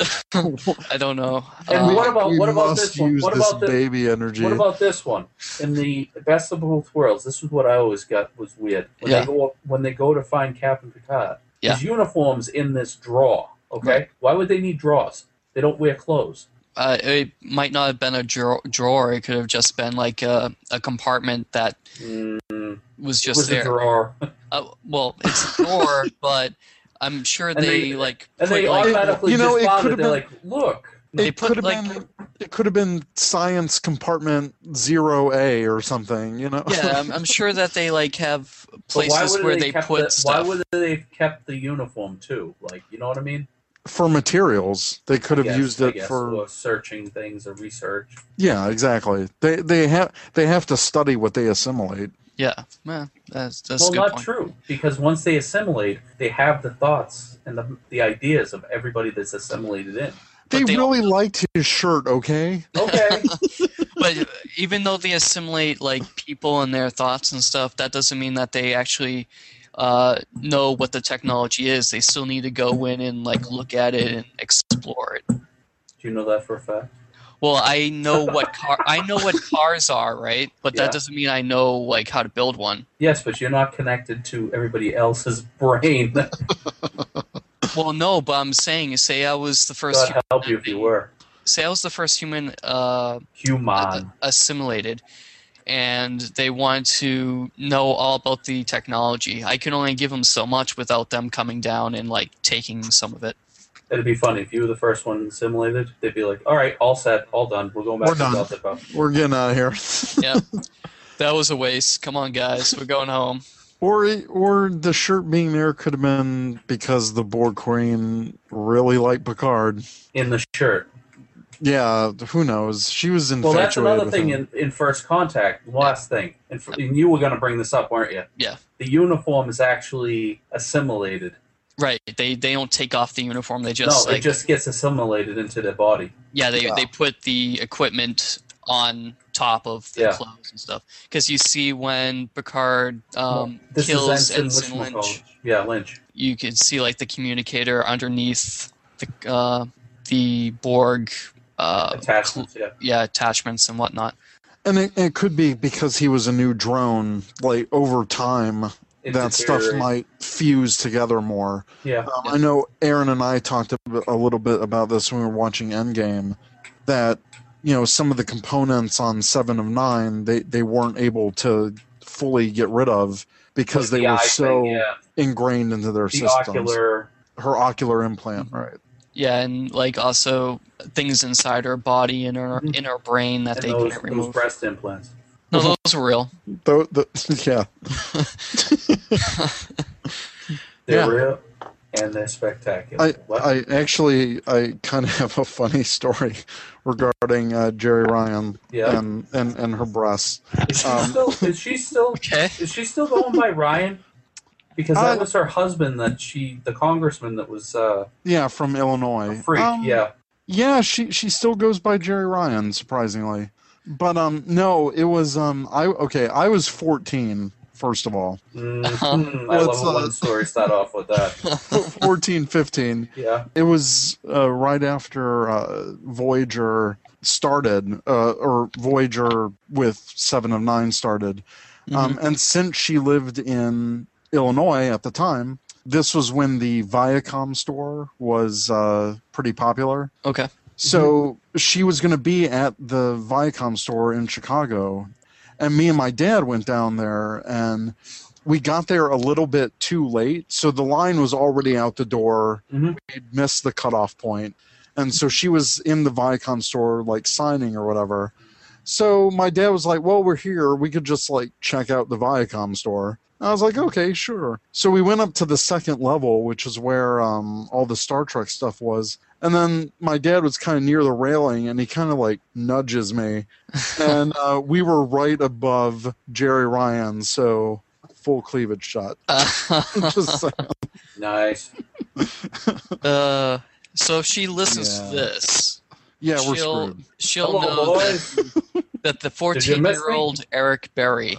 I don't know.
And
Uh,
what about-
we
what about
must
this one?
use
What
this
about the-
baby energy?
What about this one? In the best of both worlds, this is what I always got was weird. When
Yeah.
they go when they go to find Captain Picard,
Yeah.
his uniform's in this drawer. Okay, why would they need drawers? They don't wear clothes.
uh, it might not have been a drawer. drawer. It could have just been like a, a compartment that
Mm,
was
it
just
was
there.
a drawer, *laughs*
Uh, well, it's a door, but I'm sure
And
they,
they-
like
and
put,
they
like,
automatically
You know, it
just found
could've
it. They're
been-
like, look,
they
it
put,
could have
like-
been it could have been science compartment zero A or something. You know.
yeah,
um,
I'm, I'm sure that they like have
But why
places
would
where
they
they,
kept
put
the,
stuff.
Why would they have kept the uniform too? Like, you know what I mean?
*laughs* for materials, they could have
Yes,
used
I
it
guess,
for.
or searching things or research.
Yeah, exactly. They they have they have to study what they assimilate.
yeah, yeah, that's that's
well,
a good
not
point.
true, because once they assimilate, they have the thoughts and the, the ideas of everybody that's assimilated in.
They,
they-
really liked his shirt. Okay.
*laughs*
Okay,
But even though they assimilate like people and their thoughts and stuff, that doesn't mean that they actually uh, know what the technology is. They still need to go in and like look at it and explore it.
do you know that for a fact?
Well, I know what car I know what cars are, right? But
Yeah.
that doesn't mean I know like how to build one.
Yes, but you're not connected to everybody else's *laughs* brain.
Well, no, but I'm saying, say I was the first,
God
hu-
help you if you were
say I was the first human uh,
human.
assimilated, and they want to know all about the technology. I can only give them so much without them coming down and like taking some of it.
It'd be funny if you were the first one assimilated. They'd be like, "All right, all set, all done. We're going back
We're
to
done."
Delta." Pro."
We're getting out of here. *laughs*
*laughs*
Yeah, that was a waste. Come on, guys, we're going home.
Or or the shirt being there could have been because the Borg Queen really liked Picard.
In the shirt.
Yeah, who knows? She was
Well,
infatuated
that's another
with
thing
him.
in, in First Contact. Last thing, and, f and you were going to bring this up, weren't you?
Yeah.
The uniform is actually assimilated.
Right? They they don't take off the uniform. They just
no,
like
it just gets assimilated into their body.
Yeah, they
Yeah.
they put the equipment on top of the
Yeah.
clothes and stuff because you see when Picard um,
This
kills
is Ensign
Ensign
Lynch.
Lynch,
Yeah, Lynch.
you can see like the communicator underneath the uh, the Borg, uh,
Attachments. Yeah.
yeah, attachments and whatnot.
And it, it could be because he was a new drone, like over time.
It
that stuff
deteriorates.
might fuse together more.
Yeah.
Um, I know Aaron and I talked a bit- a little bit about this when we were watching Endgame, that you know some of the components on Seven of Nine they they weren't able to fully get rid of because
Like
they
the
were
eye
so
thing, yeah.
ingrained into their
The
systems.
ocular.
Her ocular implant, right?
Yeah, and like also things inside our body and our in our brain that
And
they
those,
can't
those
remove.
breast implants.
No, those are real.
Though the, *laughs* yeah,
They're
Yeah.
real and they're spectacular.
I,
What?
I actually I kind of have a funny *laughs* story regarding uh, Jerry Ryan
Yeah.
and, and and her breasts.
is, she
um,
still, is she still
Okay.
Is she still going by Ryan? Because
Uh,
that was her husband that she, the congressman that was uh,
Yeah, from Illinois.
a freak.
Um,
yeah.
Yeah, she she still goes by Jerry Ryan, surprisingly. But um, no, it was um, I okay, I was fourteen first of all, *laughs*
Mm,
Uh-huh.
mm, I love
What's,
it when
uh,
stories start off with that.
14, 15.
Yeah.
It was uh, right after uh, Voyager started, uh, or Voyager with Seven of Nine started. Um, and since she lived in Illinois at the time, this was when the Viacom store was uh, pretty popular.
Okay. *laughs*
So she was going to be at the Viacom store in Chicago. And me and my dad went down there and we got there a little bit too late. So the line was already out the door.
Mhm.
We'd missed the cutoff point. And so she was in the Viacom store, like signing or whatever. So my dad was like, Well, we're here. We could just like check out the Viacom store. And I was like, Okay, sure. So we went up to the second level, which is where um, all the Star Trek stuff was. And then my dad was kind of near the railing and he kind of like nudges me. and uh, we were right above Jerry Ryan. So full cleavage shot. *laughs*
Uh, *laughs*
Just saying.
Nice.
uh, so if she listens
Yeah.
to this,
yeah, we're
she'll
screwed.
she'll
Hello,
know that,
boys.
that the
miss me?
14 year old Eric Berry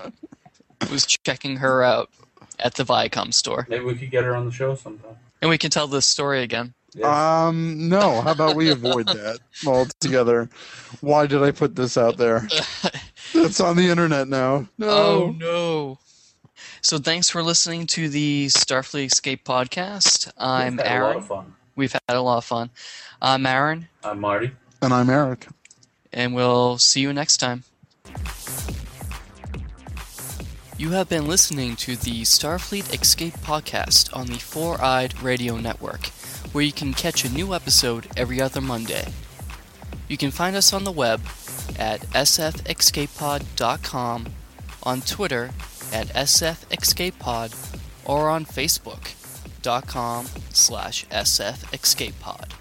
was checking her out at the Viacom store,
Maybe we could get her on the show sometime.
and we can tell this story again.
Yeah.
Um, no, how about we avoid that altogether? Why did I put this out there? It's on the internet now. No.
Oh no. So thanks for listening to the Starfleet Escape podcast. I'm
We've had a lot
Um, Aaron.
of fun.
We've had a lot of fun. I'm Aaron,
I'm Marty.
And I'm Eric.
and we'll see you next time. You have been listening to the Starfleet Escape podcast on the Four Eyed Radio Network, where you can catch a new episode every other Monday. You can find us on the web at sfescapepod.com, on Twitter at sfescapepod, or on Facebook.com slash sfescapepod.